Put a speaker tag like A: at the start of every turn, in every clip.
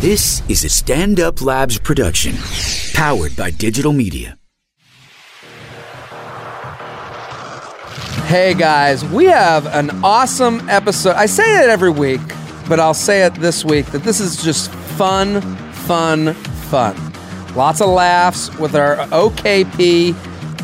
A: This is a Stand Up Labs production, powered by digital media.
B: Hey guys, we have an awesome episode. I say it every week, but I'll say it this week that this is just fun, fun, fun. Lots of laughs with our OKP,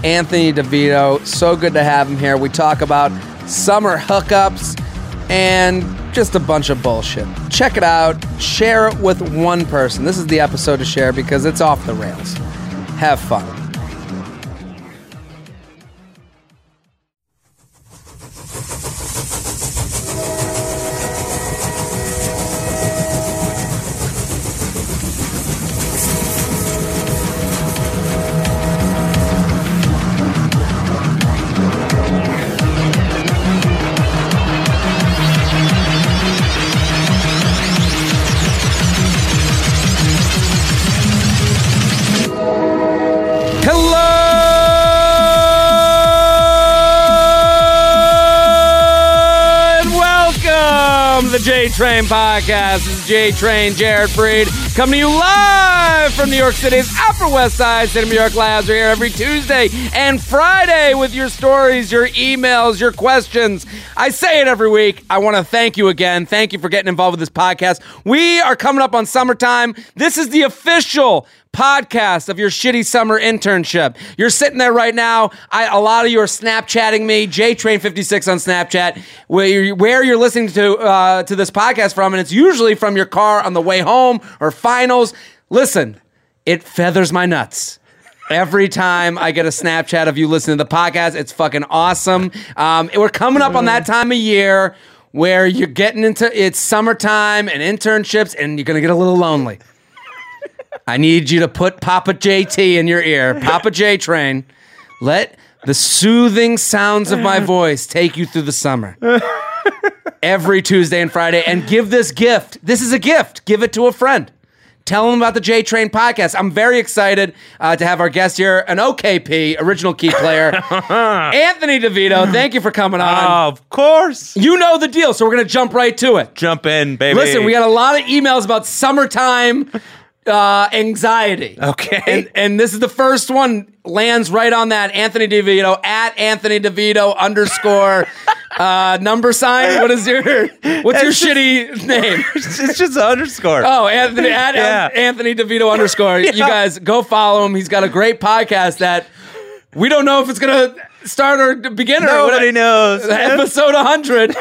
B: Anthony DeVito. So good to have him here. We talk about summer hookups and just a bunch of bullshit. Check it out. Share it with one person. This is the episode to share because it's off the rails. Have fun. Hello and welcome to the J Train Podcast. This is J Train, Jared Freed, coming to you live from New York City's Upper West Side. City of New York Labs are here every Tuesday and Friday with your stories, your emails, your questions. I say it every week. I want to thank you again. Thank you for getting involved with this podcast. We are coming up on summertime. This is the official podcast of your shitty summer internship. You're sitting there right now. I, a lot of you are Snapchatting me, JTrain56 on Snapchat, where you're, where you're listening to uh, to this podcast from, and it's usually from your car on the way home or finals. Listen, it feathers my nuts. Every time I get a Snapchat of you listening to the podcast, it's fucking awesome. Um, and we're coming up on that time of year where you're getting into it's summertime and internships, and you're gonna get a little lonely. I need you to put Papa JT in your ear, Papa J Train. Let the soothing sounds of my voice take you through the summer. Every Tuesday and Friday, and give this gift. This is a gift. Give it to a friend. Tell them about the J Train podcast. I'm very excited uh, to have our guest here, an OKP, original key player, Anthony DeVito. Thank you for coming on.
C: Of course.
B: you know the deal, so we're going to jump right to it.
C: Jump in, baby.
B: Listen, we got a lot of emails about summertime uh, anxiety.
C: Okay.
B: And, and this is the first one lands right on that Anthony DeVito at Anthony DeVito underscore uh, number sign. What is your what's your shitty name?
C: it's just an underscore.
B: Oh, Anthony at
C: Yeah.
B: An- Anthony DeVito underscore. You guys go follow him. He's got a great podcast that we don't know if it's gonna start or begin or
C: Nobody
B: whatever.
C: knows.
B: Episode 100.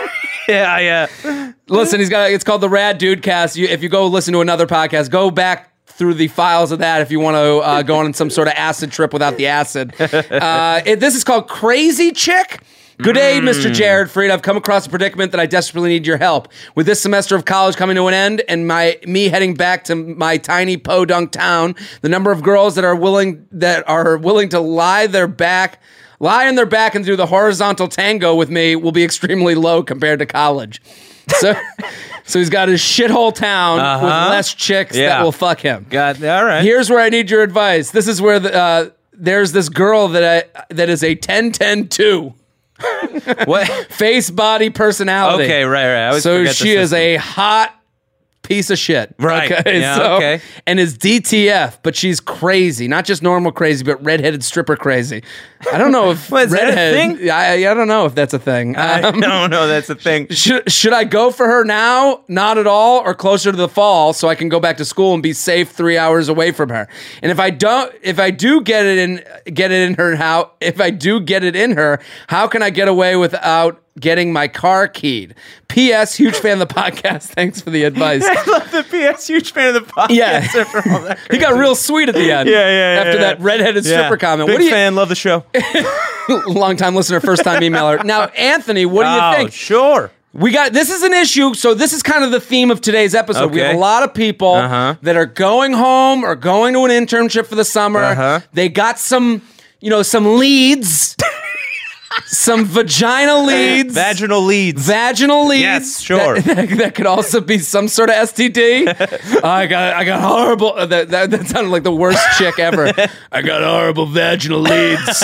C: yeah, yeah.
B: Listen, he's got. It's called the Rad Dude Cast. You, if you go listen to another podcast, go back through the files of that if you want to uh, go on some sort of acid trip without the acid. Uh, it- this is called Crazy Chick. Good day, Mr. Jared Fried. I've come across a predicament that I desperately need your help. With this semester of college coming to an end and my me heading back to my tiny podunk town, the number of girls that are willing that are willing to lie their back lie on their back and do the horizontal tango with me will be extremely low compared to college. So, so he's got his shithole town with less chicks that
C: Uh-huh. Yeah.
B: will fuck him.
C: Got all right.
B: Here's where I need your advice. This is where the, uh, there's this girl that I, that is a 10 10 2
C: what?
B: face body personality.
C: Okay, right, right. I always
B: so
C: forget the
B: she is
C: system.
B: a hot piece of shit.
C: Right. Yeah, okay.
B: And is DTF, but she's crazy. Not just normal crazy, but redheaded stripper crazy. I don't know if
C: What, is that a
B: redhead.
C: thing?
B: I, I don't know if that's a thing.
C: I
B: Um,
C: don't know. That's the thing.
B: should, should I go for her now? Not at all, or closer to the fall, so I can go back to school and be safe three hours away from her. And if I don't, if I do get it in, get it in her. How if I do get it in her? How can I get away without getting my car keyed? P.S. Huge fan of the podcast. Thanks for the advice.
C: I love the PS. Huge fan of the podcast.
B: Yeah.
C: for all that
B: He got real sweet at the end.
C: Yeah, yeah, yeah,
B: After
C: yeah.
B: that redheaded
C: Yeah.
B: stripper comment.
C: Big
B: what do you
C: fan. Love the show.
B: long time listener, first time emailer? Now, Anthony, what do you
C: oh,
B: think?
C: sure.
B: We got this is an issue. So this is kind of the theme of today's episode. We
C: Okay.
B: have a lot of people
C: Uh-huh.
B: that are going home or going to an internship for the summer.
C: Uh-huh.
B: They got some, you know, some leads. some vagina leads.
C: Vaginal leads.
B: Vaginal leads.
C: Yes, sure.
B: That, that, that could also be some sort of STD. I got, I got horrible. uh, That, that, that sounded like the worst chick ever. I got horrible vaginal leads.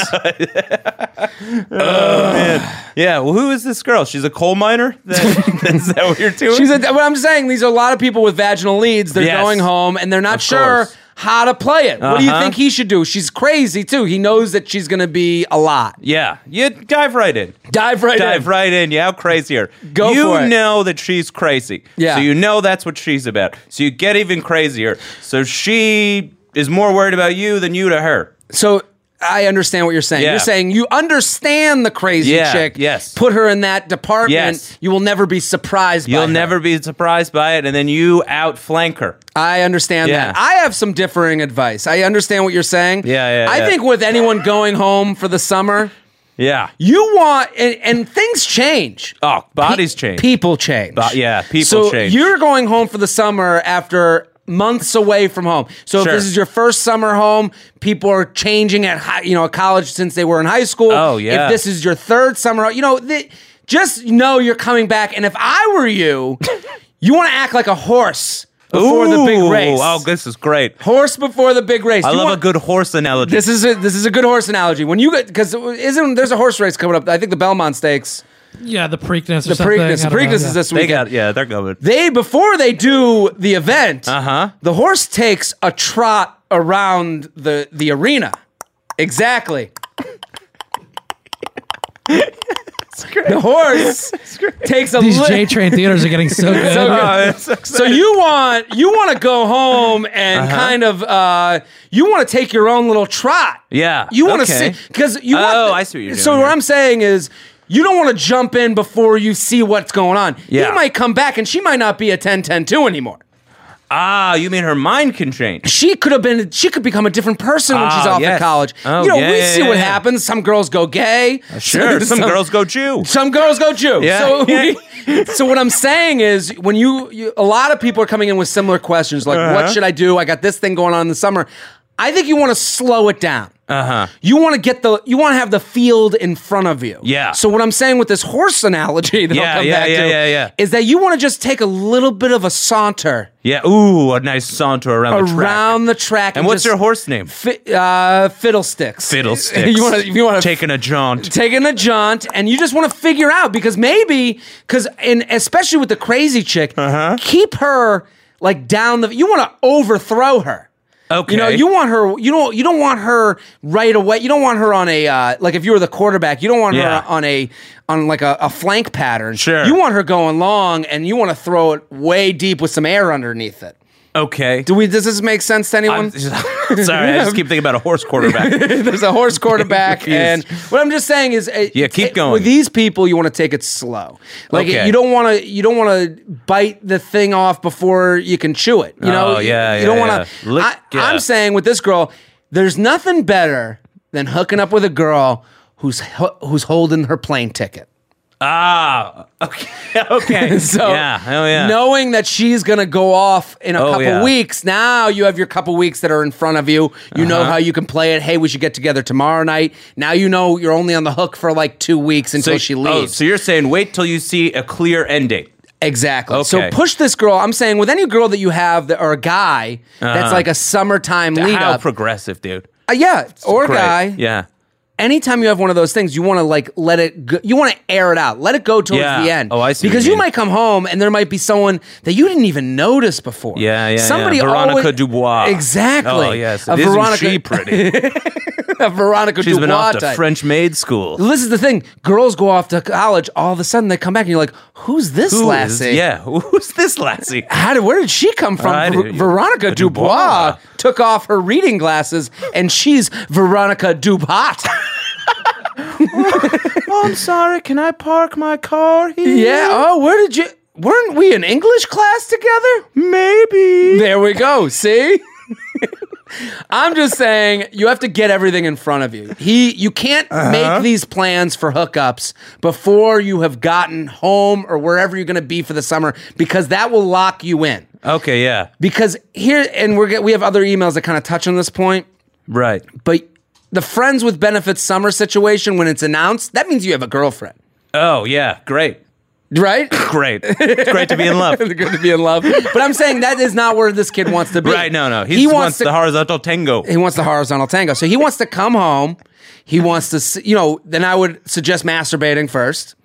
C: yeah. Well, who is this girl? She's a coal miner. That, is that what you're doing?
B: She's a, what I'm saying. These are a lot of people with vaginal leads. They're
C: Yes.
B: going home and they're not
C: Of
B: sure
C: course.
B: how to play it. What do you
C: Uh-huh.
B: think he should do? She's crazy too. He knows that she's going to be a lot.
C: yeah. You dive right in.
B: Dive right
C: dive
B: in.
C: right in. Yeah, how crazy are
B: Go
C: you
B: for it.
C: know that she's crazy.
B: Yeah.
C: So you know that's what she's about. So you get even crazier. So she is more worried about you than you to her.
B: So I understand what you're saying.
C: Yeah.
B: You're saying you understand the crazy
C: Yeah,
B: chick.
C: yes.
B: Put her in that department.
C: Yes.
B: You will never be surprised. by
C: You'll
B: her.
C: never be surprised by it, and then you outflank her.
B: I understand
C: Yeah.
B: that. I have some differing advice. I understand what you're saying.
C: Yeah, yeah,
B: I
C: yeah.
B: think with anyone going home for the summer,
C: Yeah.
B: you want and, and things change.
C: Oh, bodies change.
B: People change.
C: Bo- yeah, people
B: so
C: change.
B: You're going home for the summer after months away from home. So
C: Sure.
B: if this is your first summer home, people are changing at high, you know college since they were in high school.
C: Oh, yeah.
B: If this is your third summer, you know th- just know you're coming back. And if I were you, you want to act like a horse before the big
C: Ooh,
B: race.
C: Oh, this is great.
B: Horse before the big race.
C: I
B: You
C: love
B: want-
C: a good horse analogy.
B: This is a, this is a good horse analogy. When you get because isn't there's a horse race coming up? I think the Belmont Stakes,
D: Yeah, the Preakness. Or
B: the
D: something.
B: Preakness, the
D: I don't know,
B: Preakness
D: yeah.
B: is this
C: they
B: weekend
C: got yeah, they're going.
B: they before they do the event,
C: Uh-huh.
B: the horse takes a trot around the the arena. Exactly. the horse takes a
D: These
B: li-
D: J Train theaters are getting so good.
B: So good.
C: Oh, it's so
B: so you want you want to go home and
C: Uh-huh.
B: kind of uh, you want to take your own little trot.
C: Yeah,
B: You want to
C: okay.
B: see because you. want
C: Oh,
B: the-
C: I see what you're
B: So
C: doing
B: what
C: here.
B: I'm saying is. You don't want to jump in before you see what's going on.
C: Yeah.
B: You might come back and she might not be a 10-10-2 anymore.
C: Ah, you mean her mind can change?
B: she could have been she could become a different person when she's
C: Ah,
B: off at
C: yes.
B: college.
C: Oh,
B: you know,
C: yeah,
B: we
C: yeah,
B: see
C: yeah,
B: what
C: yeah. Uh,
B: happens. Some girls go gay.
C: Sure. Some, girls go Jew.
B: some girls go Jew.
C: Yeah.
B: So, we- so what I'm saying is, when you, you, a lot of people are coming in with similar questions, like,
C: Uh-huh.
B: "What should I do? I got this thing going on in the summer." I think you want to slow it down. Uh
C: Uh-huh.
B: huh. You want to get the, you want to have the field in front of you.
C: Yeah.
B: So what I'm saying with this horse analogy that
C: Yeah,
B: I'll come
C: yeah,
B: back
C: yeah,
B: to
C: yeah, yeah.
B: is that you want to just take a little bit of a saunter
C: Yeah. Ooh, a nice saunter around the track.
B: around the track.
C: And what's
B: just-
C: your horse name?
B: Fi- uh, fiddlesticks.
C: Fiddlesticks.
B: you want to? You want to
C: taking a jaunt?
B: taking a jaunt, and you just want to figure out because maybe because and especially with the crazy chick,
C: Uh-huh.
B: keep her like down the. You want to overthrow her.
C: Okay.
B: You know, you want her. You don't. You don't want her right away. You don't want her on a uh, like if you were the quarterback. You don't want
C: Yeah.
B: her on a on like a, a flank pattern.
C: Sure.
B: You want her going long, and you want to throw it way deep with some air underneath it.
C: okay.
B: Do we? Does this make sense to anyone?
C: I'm, sorry, I just keep thinking about a horse quarterback.
B: There's a horse quarterback,
C: Confused.
B: and what I'm just saying is, uh,
C: Yeah, keep
B: uh,
C: going.
B: With these people, you want to take it slow. Like
C: Okay.
B: you don't want to, you don't want to bite the thing off before you can chew it. You know,
C: Oh, yeah,
B: you,
C: yeah,
B: don't want
C: yeah. Lick-
B: to.
C: yeah.
B: I'm saying with this girl, there's nothing better than hooking up with a girl who's ho- who's holding her plane ticket.
C: ah. Okay. Okay.
B: So
C: yeah. Oh yeah.
B: knowing that she's gonna go off in a
C: Oh,
B: couple
C: yeah.
B: weeks, now you have your couple weeks that are in front of you. You know
C: Uh-huh.
B: how you can play it. Hey, we should get together tomorrow night. Now you know you're only on the hook for like two weeks until
C: So,
B: she
C: oh,
B: leaves.
C: so you're saying wait till you see a clear ending.
B: exactly. So
C: Okay.
B: push this girl. I'm saying with any girl that you have that, or a guy
C: Uh-huh.
B: that's like a summertime lead
C: How
B: up.
C: progressive, dude.
B: Uh, yeah, or
C: Great.
B: guy.
C: Yeah.
B: anytime you have one of those things, you want to like let it go, you want to air it out, let it go towards
C: Yeah.
B: the end.
C: Oh, I see what
B: Because
C: you
B: you
C: mean.
B: might come home and there might be someone that you didn't even notice before.
C: Yeah, yeah,
B: Somebody
C: yeah. Veronica
B: always-
C: Dubois.
B: Exactly.
C: Oh yes,
B: a
C: Isn't
B: Veronica,
C: she pretty?
B: a Veronica
C: She's
B: Dubois
C: been off to
B: type.
C: French maid school.
B: This is the thing: girls go off to college. All of a sudden, they come back and you're like, "Who's this
C: Who is-
B: lassie?
C: yeah, who's this lassie?
B: How did, where did she come from?
C: I
B: Ver-
C: didn't-
B: Veronica Dubois,
C: Dubois.
B: took off her reading glasses, and she's Veronica Dubot.
C: Oh, I'm sorry. Can I park my car here?
B: Yeah. Oh, where did you? Weren't we in English class together?
C: Maybe.
B: There we go. See. I'm just saying you have to get everything in front of you. He you can't make these plans for hookups before you have gotten home or wherever you're going to be for the summer because that will lock you in.
C: Okay, yeah.
B: Because here and we're get, we have other emails that kind of touch on this point,
C: Right.
B: but the friends with benefits summer situation when it's announced, that means you have a girlfriend,
C: Oh yeah, great,
B: right?
C: great. It's great to be in love.
B: It's good to be in love, but I'm saying that is not where this kid wants to be.
C: Right? No, no. He,
B: he
C: wants,
B: wants to
C: the horizontal tango.
B: he wants the horizontal tango. So he wants to come home. He wants to, s- you know, then I would suggest masturbating first.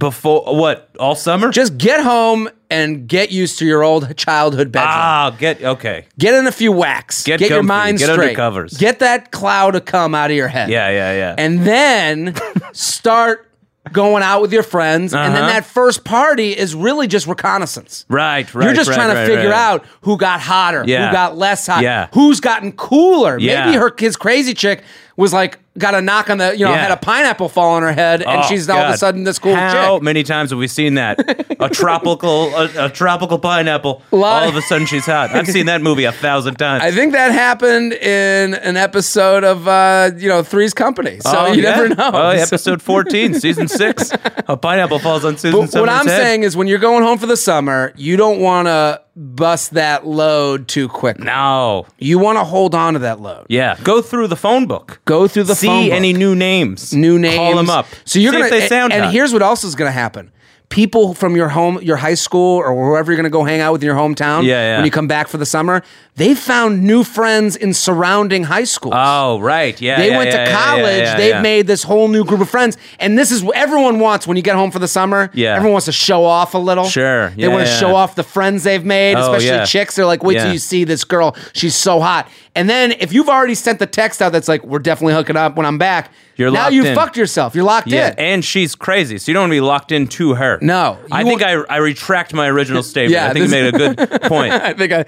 C: Before what? All summer?
B: Just get home and get used to your old childhood bedroom.
C: ah, get okay.
B: get in a few whacks.
C: Get
B: your
C: comfy.
B: mind
C: Get under
B: straight.
C: covers.
B: Get that cloud of cum out of your head.
C: Yeah, yeah, yeah.
B: And then start going out with your friends. And then
C: Uh-huh.
B: that first party is really just reconnaissance.
C: right, right.
B: You're just
C: right,
B: trying to
C: right,
B: figure
C: right.
B: out who got hotter,
C: Yeah.
B: who got less hot,
C: Yeah.
B: who's gotten cooler.
C: Yeah.
B: Maybe her his crazy chick was like got a knock on the you know
C: Yeah.
B: had a pineapple fall on her head, and
C: Oh,
B: she's all of a
C: God.
B: sudden this cool
C: How
B: chick.
C: many times have we seen that? A tropical, a, a tropical pineapple.
B: Lot-
C: all of a sudden, she's hot. I've seen that movie a thousand times.
B: I think that happened in an episode of uh, you know Three's Company. So
C: Oh,
B: you
C: yeah.
B: never know.
C: Oh,
B: So-
C: episode fourteen, season six. A pineapple falls on Susan.
B: But what
C: Sumner's
B: I'm
C: head.
B: saying is, when you're going home for the summer, you don't want to bust that load too quick.
C: no.
B: You want to hold on to that load.
C: Yeah, go through the phone book.
B: Go through the
C: see
B: phone book.
C: any new names.
B: new names.
C: Call them up.
B: So you're
C: See
B: gonna
C: if they sound
B: and,
C: hot.
B: here's what else is gonna happen. People from your home, your high school, or wherever you're gonna go hang out with in your hometown.
C: Yeah, yeah.
B: When you come back for the summer, they found new friends in surrounding high schools.
C: Oh right, yeah.
B: they
C: yeah,
B: went
C: yeah,
B: to
C: yeah, yeah,
B: college.
C: yeah,
B: They've
C: yeah.
B: made this whole new group of friends, and this is what everyone wants when you get home for the summer.
C: Yeah.
B: everyone wants to show off a little.
C: Sure,
B: they
C: yeah,
B: want to
C: yeah.
B: show off the friends they've made,
C: Oh,
B: especially
C: yeah.
B: chicks. They're like, "Wait till
C: Yeah.
B: you see this girl; she's so hot." And then if you've already sent the text out that's like, "We're definitely hooking up when I'm back,"
C: You're
B: now
C: locked
B: you
C: in.
B: fucked yourself. You're locked
C: Yeah,
B: in.
C: and she's crazy, so you don't want to be locked in to her.
B: No,
C: I
B: you
C: think I, I retract my original statement.
B: Yeah,
C: I think you
B: this-
C: made a good point.
B: I think I,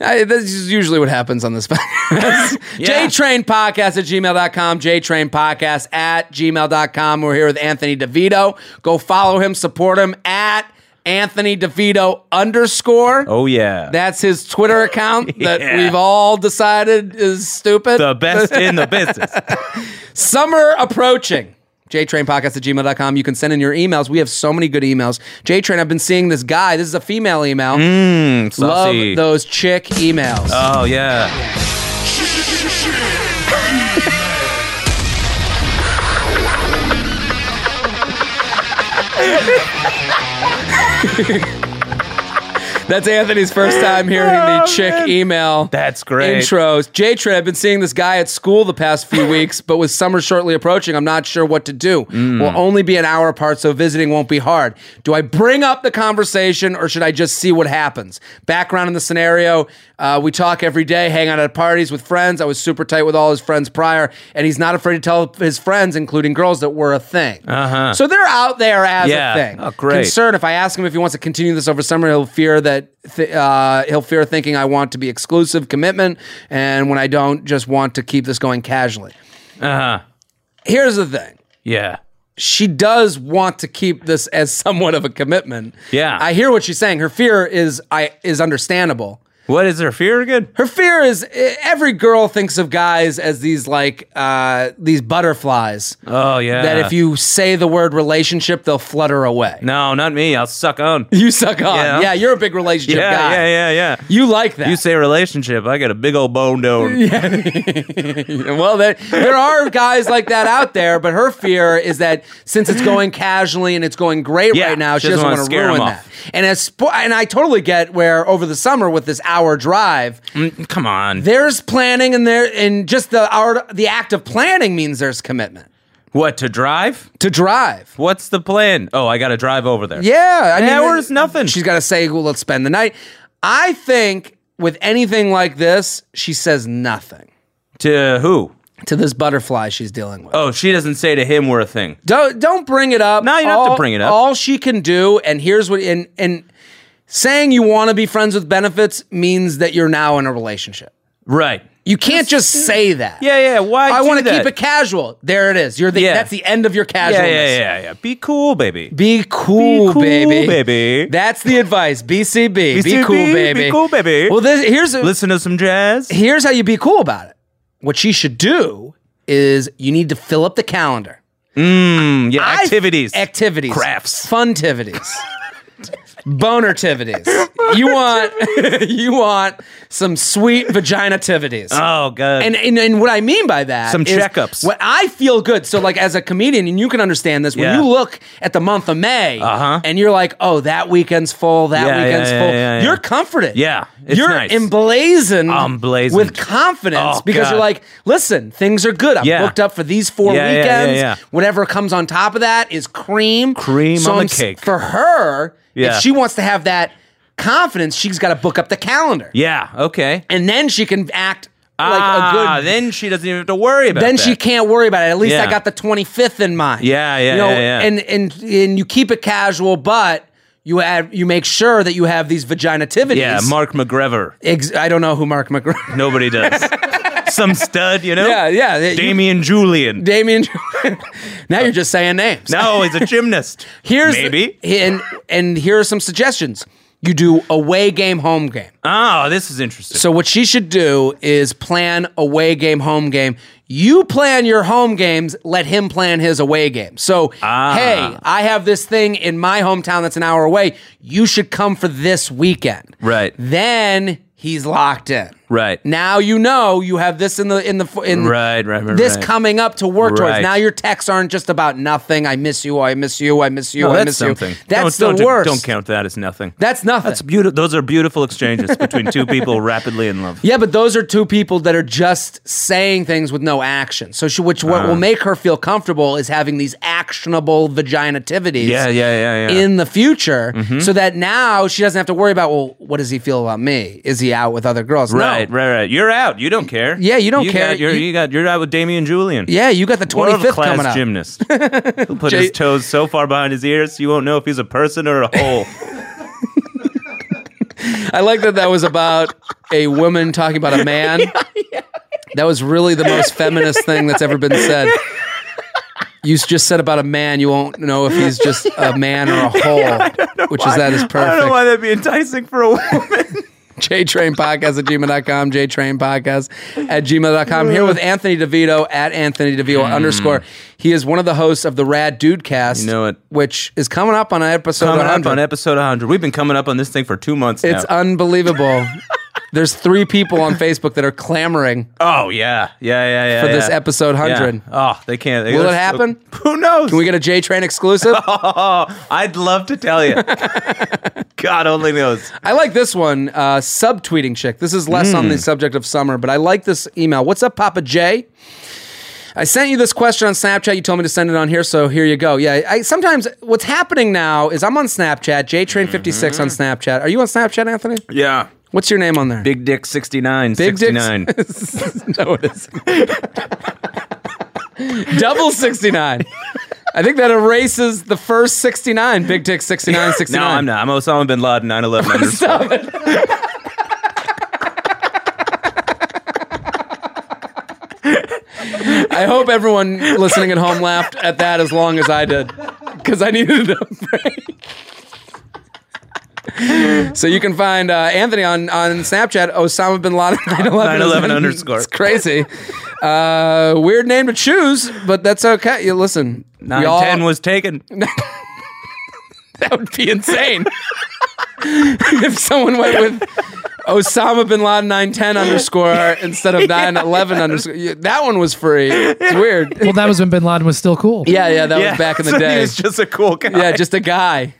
B: I this is usually what happens on this podcast.
C: Yeah.
B: JTrain podcast at gmail.com, JTrain podcast at gmail.com. We're here with Anthony DeVito. Go follow him, support him at Anthony DeVito underscore.
C: Oh yeah,
B: That's his Twitter account that
C: Yeah.
B: we've all decided is stupid.
C: the best in the business.
B: Summer approaching. JTrainPodcast at gmail.com. You can send in your emails. We have so many good emails. JTrain, I've been seeing this guy. This is a female email.
C: Mm,
B: Love
C: Saucy.
B: those chick emails.
C: Oh yeah.
B: That's Anthony's first time hearing the chick email
C: That's great.
B: intros. J Train, I've been seeing this guy at school the past few weeks, but with summer shortly approaching, I'm not sure what to do.
C: Mm.
B: We'll only be an hour apart, so visiting won't be hard. Do I bring up the conversation or should I just see what happens? Background in the scenario uh, we talk every day, hang out at parties with friends. I was super tight with all his friends prior, and he's not afraid to tell his friends, including girls, that we're a thing. Uh-huh. So they're out there as a
C: Yeah.
B: thing.
C: Oh, great.
B: Concern concerned if I ask him if he wants to continue this over summer, he'll fear that th- uh, he'll fear thinking I want to be exclusive commitment, and when I don't, just want to keep this going casually.
C: Uh huh.
B: Here's the thing:
C: Yeah.
B: she does want to keep this as somewhat of a commitment.
C: Yeah.
B: I hear what she's saying. Her fear is I is understandable.
C: What is her fear again?
B: Her fear is eh, every girl thinks of guys as these like uh, these butterflies
C: Oh yeah.
B: that if you say the word relationship, they'll flutter away.
C: no, not me. I'll suck on.
B: You suck on. Yeah.
C: Yeah.
B: you're a big relationship
C: Yeah,
B: guy.
C: yeah, yeah, yeah.
B: You like that.
C: You say relationship, I got a big old bone down.
B: well, there, there are guys like that out there, but her fear is that since it's going casually and it's going great
C: Yeah,
B: right now, she,
C: she doesn't
B: doesn't want
C: wanna
B: to
C: scare 'em
B: ruin
C: off.
B: that. And as spo- and I totally get where over the summer with this hour drive,
C: Mm, Come on.
B: there's planning and there and just the hour, the act of planning means there's commitment
C: What to drive?
B: to drive.
C: What's the plan? Oh, I got to drive over there.
B: Yeah, I
C: An hour is nothing.
B: She's got to say, "Well, let's spend the night." I think with anything like this, she says nothing
C: To who?
B: to this butterfly she's dealing with.
C: Oh, she doesn't say to him we're a thing.
B: Don't don't bring it up.
C: No, you don't have to bring it up.
B: All she can do, and here's what and and saying you want to be friends with benefits means that you're now in a relationship.
C: Right.
B: You can't just say that.
C: Yeah, yeah. Why?
B: I
C: do
B: want to
C: that?
B: keep it casual. There it is. You're the
C: Yeah.
B: that's the end of your
C: Yeah,
B: casualness.
C: yeah, yeah, yeah. Be cool, baby.
B: Be cool,
C: Be cool,
B: baby.
C: baby.
B: That's the advice. BCB. Be
C: BCB,
B: cool,
C: be
B: baby.
C: cool, baby.
B: Well, this, here's a,
C: Listen to some jazz.
B: here's how you be cool about it. What she should do is you need to fill up the calendar.
C: Mm, yeah,
B: I-
C: activities.
B: activities,
C: Crafts.
B: funtivities. Bonertivities. You want you want some sweet vaginativities.
C: Oh, good.
B: and, and and what I mean by that
C: Some
B: is
C: checkups.
B: What I feel good. So like as a comedian, and you can understand this, when
C: Yeah.
B: you look at the month of May,
C: Uh-huh.
B: and you're like, oh, that weekend's full, that
C: Yeah, yeah,
B: weekend's
C: yeah,
B: full.
C: yeah, yeah.
B: You're comforted.
C: Yeah, it's
B: you're
C: nice.
B: emblazoned,
C: I'm blazoned.
B: with confidence
C: Oh,
B: because
C: God.
B: you're like, listen, things are good. I'm
C: Yeah.
B: booked up for these four
C: Yeah, yeah, yeah,
B: weekends.
C: yeah.
B: Whatever comes on top of that is cream.
C: Cream
B: so
C: on the
B: I'm s-
C: cake.
B: for her.
C: Yeah.
B: If she wants to have that confidence, she's got to book up the calendar
C: yeah. Okay.
B: and then she can act like
C: ah,
B: a good.
C: then she doesn't even have to worry about.
B: Then
C: that.
B: she can't worry about it. At least I
C: Yeah.
B: got the twenty fifth in mind.
C: Yeah, yeah,
B: you know,
C: yeah, yeah.
B: And and and you keep it casual, but you have you make sure that you have these vaginativities.
C: Yeah, Mark McGrever.
B: Ex- I don't know who Mark McGrath.
C: Nobody does. Some stud, you know.
B: Yeah, yeah. you-
C: Damian Julian.
B: Damien. now you're just saying names.
C: no, he's a gymnast.
B: here's
C: maybe.
B: and and here are some suggestions. You do away game, home game.
C: oh, this is interesting.
B: So what she should do is plan away game, home game. You plan your home games, let him plan his away game. So,
C: Ah.
B: hey, I have this thing in my hometown that's an hour away. You should come for this weekend.
C: Right.
B: Then he's locked in.
C: Right.
B: Now you know you have this in the in the in
C: Right, right, right,
B: this
C: right.
B: coming up to work towards.
C: Right.
B: Now your texts aren't just about nothing. I miss you. I miss you. I miss you.
C: Oh,
B: I
C: that's
B: miss
C: something.
B: you. That's
C: don't,
B: the
C: don't,
B: worst.
C: Don't count that as nothing.
B: That's nothing.
C: That's beautiful. Those are beautiful exchanges between two people rapidly in love.
B: Yeah, but those are two people that are just saying things with no action. So, she, which what will
C: Ah.
B: make her feel comfortable is having these actionable vaginativities.
C: Yeah, yeah, Mm-hmm. yeah, yeah.
B: In the future, so that now she doesn't have to worry about well, what does he feel about me? Is he out with other girls? No.
C: Right, right, right. You're out. You don't care.
B: Yeah, you don't care.
C: Got, you're,
B: You-
C: you, got. You're out with Damian Julian.
B: Yeah, you got the twenty fifth
C: World-class
B: coming up.
C: gymnast. He'll put his
B: Jay-
C: toes so far behind his ears, you won't know if he's a person or a hole.
B: I like that that was about a woman talking about a man. That was really the most feminist thing that's ever been said. You s- just said about a man, you won't know if he's just a man or a hole, which is that is
C: I don't know why
B: perfect.
C: that'd be enticing for a woman.
B: JTrainPodcast at gmail.com, JTrainPodcast at gmail.com. Here with Anthony DeVito at Anthony DeVito underscore. He is one of the hosts of the Rad Dude Cast,
C: Hmm. You know it.
B: which is coming up on episode
C: coming
B: 100.
C: up on episode 100. We've been coming up on this thing for two months
B: It's
C: now.
B: unbelievable. There's three people on Facebook that are clamoring
C: oh yeah, yeah, yeah, yeah.
B: for this
C: yeah.
B: episode
C: Yeah.
B: 100.
C: Oh, they can't. They-
B: Will it
C: they're so-
B: happen?
C: who knows?
B: Can we get a J Train exclusive?
C: I'd love to tell you. God only knows.
B: I like this one. Uh, subtweeting chick. This is less
C: Hmm.
B: on the subject of summer, but I like this email. What's up, Papa J? I sent you this question on Snapchat. You told me to send it on here, so here you go. Yeah, I sometimes what's happening now is I'm on Snapchat, J Train 56 on Snapchat. Are you on Snapchat, Anthony?
C: Yeah.
B: What's your name on there?
C: Mm-hmm. Big Dick 69.
B: Big Dick-
C: 69.
B: no, it isn't. Double 69. I think that erases the first 69, Big Dick 69, 69.
C: no, I'm not. I'm Osama bin Laden 911 underscore.
B: Stop it. I hope everyone listening at home laughed at that as long as I did because I needed a break. So you can find uh, Anthony on, on Snapchat, Osama bin Laden 911,
C: 911 underscore.
B: It's crazy. Uh, weird name to choose, but that's okay. You listen. we all-
C: 910 was taken.
B: that would be insane. if someone went with Osama bin Laden 910 underscore instead of 911 underscore, yeah, that one was free. It's weird.
D: Well, that was when Bin Laden was still cool.
B: Yeah, yeah, that was back in the
C: so
B: day.
C: He was just a cool guy.
B: yeah, just a guy.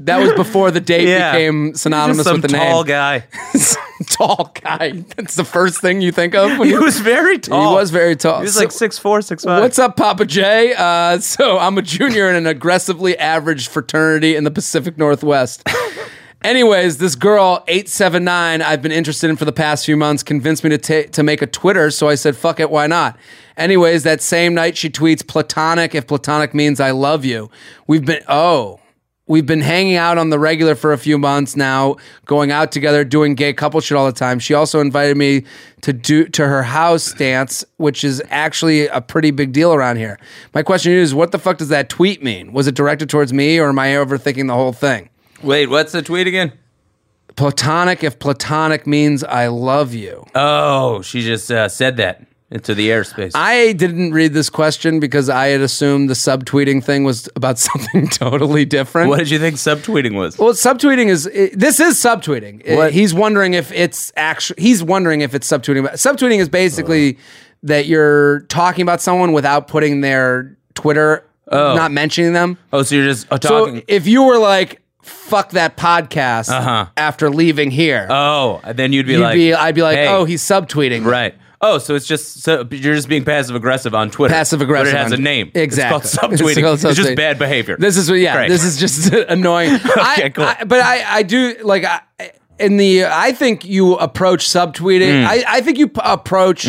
B: That was before the date
C: Yeah.
B: became synonymous
C: Just some
B: with the
C: tall
B: name.
C: guy.
B: tall guy. That's the first thing you think of. When
C: He
B: you,
C: was very tall.
B: was very tall.
C: He was
B: So-
C: like six four, six five.
B: What's up, Papa J? Uh, so I'm a junior in an aggressively average fraternity in the Pacific Northwest. Anyways, this girl, 879, I've been interested in for the past few months, convinced me to, ta- to make a Twitter, so I said, fuck it, why not? Anyways, that same night she tweets, platonic, if platonic means I love you. We've been, oh, we've been hanging out on the regular for a few months now, going out together, doing gay couple shit all the time. She also invited me to do to her house dance, which is actually a pretty big deal around here. My question is, what the fuck does that tweet mean? Was it directed towards me, or am I overthinking the whole thing?
C: Wait, what's the tweet again?
B: platonic if platonic means I love you.
C: Oh, she just uh, said that. into the airspace.
B: I didn't read this question because I had assumed the subtweeting thing was about something totally different.
C: what did you think subtweeting was?
B: Well, subtweeting is it, this is subtweeting. It-
C: What?
B: he's wondering if it's actually he's wondering if it's subtweeting. But subtweeting is basically that you're talking about someone without putting their Twitter, not mentioning them.
C: oh, so you're just uh, talking.
B: So if you were like, "Fuck that podcast," after leaving here,
C: Uh-huh. oh, and then you'd be
B: you'd
C: like,
B: be, I'd be like,
C: hey,
B: "Oh, he's subtweeting."
C: right. Oh, so it's just so you're just being passive aggressive on Twitter.
B: Passive aggressive.
C: But it has
B: on-
C: a name.
B: Exactly.
C: It's called subtweeting. It's,
B: called
C: just
B: subtweeting.
C: bad behavior.
B: This is yeah.
C: Great.
B: This is just annoying. I-
C: Okay, cool.
B: I- but I I do like I. In the, I think you approach subtweeting.
C: Mm.
B: I, I think you p- approach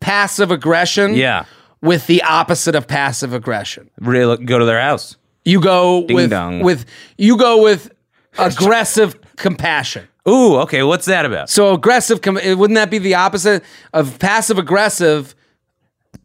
B: passive aggression.
C: Mm-hmm. Yeah.
B: with the opposite of passive aggression.
C: Real, go to their house.
B: You go with
C: dong.
B: with you go with aggressive compassion.
C: Ooh, okay. What's that about?
B: So aggressive, com- wouldn't that be the opposite of passive aggressive?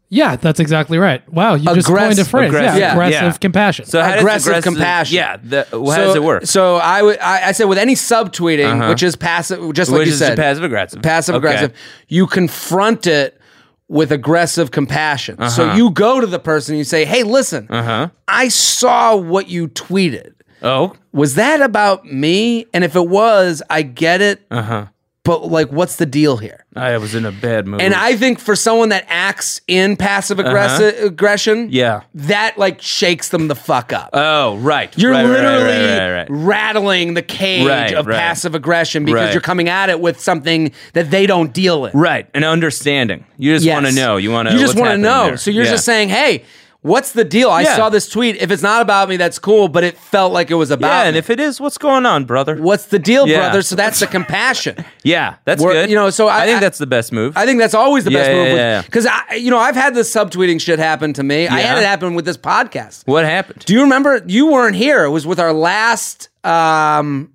D: Yeah, that's exactly right. Wow, you just
B: Aggress-
D: coined a phrase.
C: aggressive.
D: Yeah,
B: Yeah.
D: aggressive
C: Yeah.
D: compassion.
C: So how does
B: aggressive compassion.
C: Yeah. The, how does
B: So-
C: it work? Uh-huh.
B: So I would I, I said with any subtweeting, which is passive, just like
C: Which
B: you
C: is
B: said,
C: passive aggressive.
B: passive
C: Okay.
B: aggressive. You confront it with aggressive compassion.
C: Uh-huh.
B: So you go to the person, you say, "Hey, listen, I saw what you tweeted.
C: Oh,
B: Was that about me? And if it was, I get it.
C: Uh-huh.
B: But like, what's the deal here?"
C: I was in a bad mood.
B: And I think for someone that acts in passive aggressi- aggression,
C: Uh-huh. Yeah.
B: that like shakes them the fuck up.
C: Oh, right.
B: You're
C: Right, right, right,
B: literally
C: right, right, right.
B: rattling the cage
C: Right,
B: of
C: right.
B: passive aggression because
C: Right.
B: you're coming at it with something that they don't deal with.
C: Right, an understanding. You just want to know. You want to.
B: You just
C: want to
B: know. So you're just saying, hey, what's the deal? I
C: Yeah.
B: saw this tweet. If it's not about me, that's cool. But it felt like it was about.
C: Yeah, and
B: me.
C: if it is, what's going on, brother?
B: what's the deal,
C: Yeah.
B: brother? So that's the compassion.
C: Yeah, that's
B: We're-
C: good.
B: you know, so I-
C: think
B: I-
C: that's the best move.
B: I think that's always the best
C: Yeah,
B: move.
C: yeah, yeah, yeah.
B: Because I, you know, I've had this subtweeting shit happen to me. I had
C: Yeah.
B: it happen with this podcast.
C: what happened?
B: Do you remember? You weren't here. It was with our last. Um,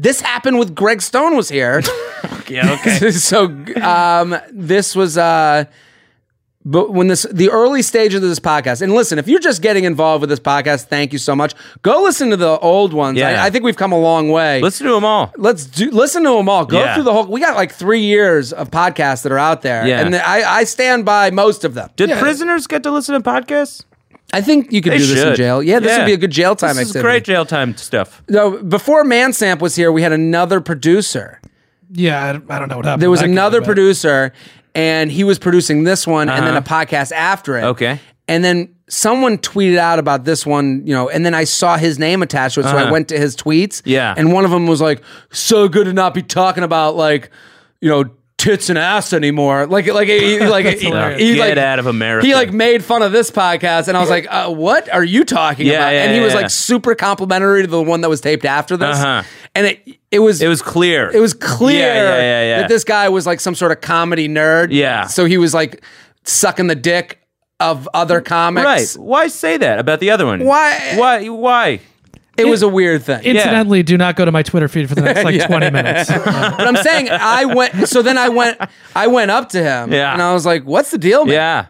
B: this happened with Greg Stone was here.
C: yeah, okay.
B: so um, this was uh, but when this the early stage of this podcast. And listen, if you're just getting involved with this podcast, thank you so much. Go listen to the old ones.
C: Yeah.
B: I, I think we've come a long way.
C: Let's do them all.
B: Let's do listen to them all. Go
C: Yeah.
B: through the whole. We got like three years of podcasts that are out there,
C: Yeah.
B: and I, I stand by most of them.
C: Did prisoners get to listen to podcasts?
B: I think you could
C: They
B: do this in
C: should.
B: jail. Yeah, this
C: Yeah.
B: would be a good jail time
C: This is
B: activity.
C: great jail time stuff.
B: No, before Mansamp was here, we had another producer.
D: yeah, I don't, I don't know what happened.
B: There was
D: I couldn't
B: another
D: remember.
B: producer, and he was producing this one, and then a podcast after it.
C: Uh-huh. Okay.
B: and then someone tweeted out about this one, you know, and then I saw his name attached to it, so I went to his tweets.
C: Uh-huh. Yeah.
B: and one of them was like, "So good to not be talking about like, you know." Tits and ass anymore, like like he, like he,
D: hilarious.
B: he,
C: Get
B: like,
C: out of America.
B: He like made fun of this podcast, and I was like, uh, "What are you talking
C: Yeah,
B: about?"
C: yeah,
B: and he
C: yeah,
B: was
C: yeah.
B: like super complimentary to the one that was taped after this,
C: Uh-huh.
B: and it it was
C: It was clear.
B: it was clear
C: Yeah, yeah, yeah, yeah.
B: that this guy was like some sort of comedy nerd.
C: Yeah.
B: So he was like sucking the dick of other
C: right.
B: comics.
C: Why say that about the other one?
B: Why-
C: Why? Why?
B: It was a weird thing.
D: Incidentally, do not go to my Twitter feed for the next like 20 minutes.
B: but I'm saying I went so then I went I went up to him
C: Yeah.
B: and I was like, What's the deal, man?
C: Yeah.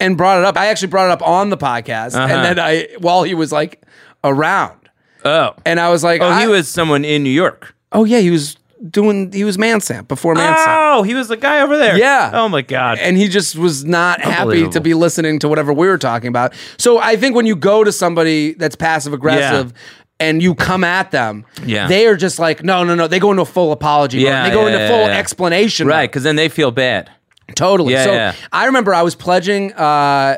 B: And brought it up. I actually brought it up on the podcast.
C: Uh-huh.
B: And then I while he was like around.
C: Oh.
B: And I was like,
C: Oh,
B: I-
C: he was someone in New York.
B: Oh yeah, he was doing he was Mansam before Mansam.
C: Oh, he was the guy over there.
B: Yeah.
C: Oh my God.
B: and he just was not happy
C: Unbelievable.
B: to be listening to whatever we were talking about. So I think when you go to somebody that's passive aggressive and you come at them,
C: Yeah.
B: they are just like, no, no, no. They go into full apology. mode.
C: Yeah,
B: they go
C: yeah,
B: into
C: yeah,
B: full
C: yeah.
B: explanation.
C: right,
B: mode.
C: because then they feel bad.
B: Totally.
C: Yeah,
B: so
C: yeah.
B: I remember I was pledging. Uh,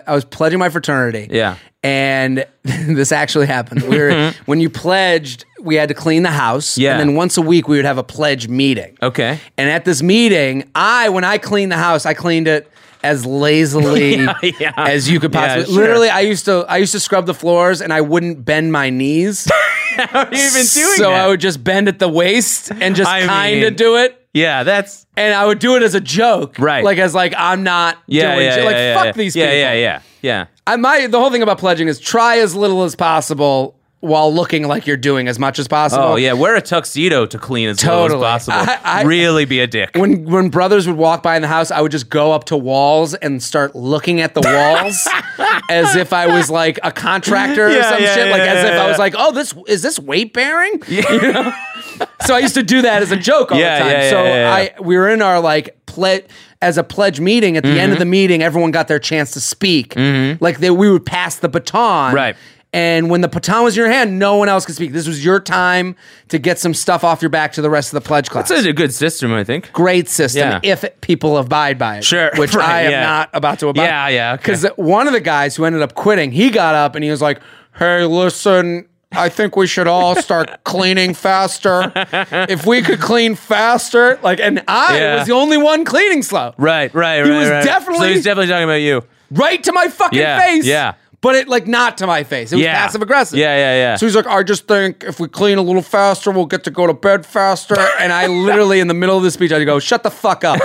B: I was pledging my fraternity.
C: Yeah. Mm-hmm.
B: And this actually happened. We were when you pledged, we had to clean the house.
C: Yeah.
B: And then once a week, we would have a pledge meeting.
C: Okay.
B: And at this meeting, I when I cleaned the house, I cleaned it as lazily
C: yeah.
B: as you could
C: Yeah,
B: possibly.
C: sure.
B: Literally, I used to I used to scrub the floors and I wouldn't bend my knees.
C: How are you even doing
B: so
C: that?
B: I would just bend at the waist and just
C: I
B: kind
C: mean-
B: of do it.
C: Yeah, that's
B: And I would do it as a joke,
C: Right.
B: Like as like I'm not
C: yeah,
B: doing
C: yeah,
B: shit.
C: yeah,
B: like
C: yeah,
B: fuck
C: yeah.
B: these
C: yeah,
B: people.
C: Yeah, yeah, yeah,
B: I my the whole thing about pledging is try as little as possible while looking like you're doing as much as possible.
C: Oh yeah, wear a tuxedo to clean as
B: Totally.
C: little as possible.
B: I- I-
C: really be a dick.
B: when when brothers would walk by in the house, I would just go up to walls and start looking at the walls as if I was like a contractor or
C: Yeah,
B: some
C: yeah,
B: shit.
C: yeah,
B: like as
C: yeah,
B: if I
C: yeah.
B: was like, oh, this is this weight bearing? You know? so I used to do that as a joke all
C: Yeah,
B: the time.
C: yeah, yeah,
B: so
C: yeah, yeah.
B: I we were in our like ple- as a pledge meeting. At the
C: Mm-hmm.
B: end of the meeting, everyone got their chance to speak. Like they, we would pass the baton,
C: Right.
B: And when the baton was in your hand, no one else could speak. This was your time to get some stuff off your back to the rest of the pledge class.
C: This is a good system, I think.
B: great system
C: Yeah.
B: if people abide by it.
C: Sure,
B: Which
C: right,
B: I am
C: yeah.
B: not about to abide.
C: Yeah, yeah, okay.
B: Because one of the guys who ended up quitting, he got up and he was like, "Hey, listen." I think we should all start cleaning faster. If we could clean faster, like, and I
C: Yeah.
B: was the only one cleaning slow.
C: Right, right, right.
B: He was
C: right. So
B: definitely-
C: he's definitely talking about you.
B: right to my fucking
C: Yeah,
B: face.
C: yeah.
B: But it like not to my face. It was
C: Yeah.
B: passive aggressive.
C: Yeah, yeah, yeah.
B: So he's like, I just think if we clean a little faster, we'll get to go to bed faster. And I literally in the middle of the speech, I go, shut the fuck up.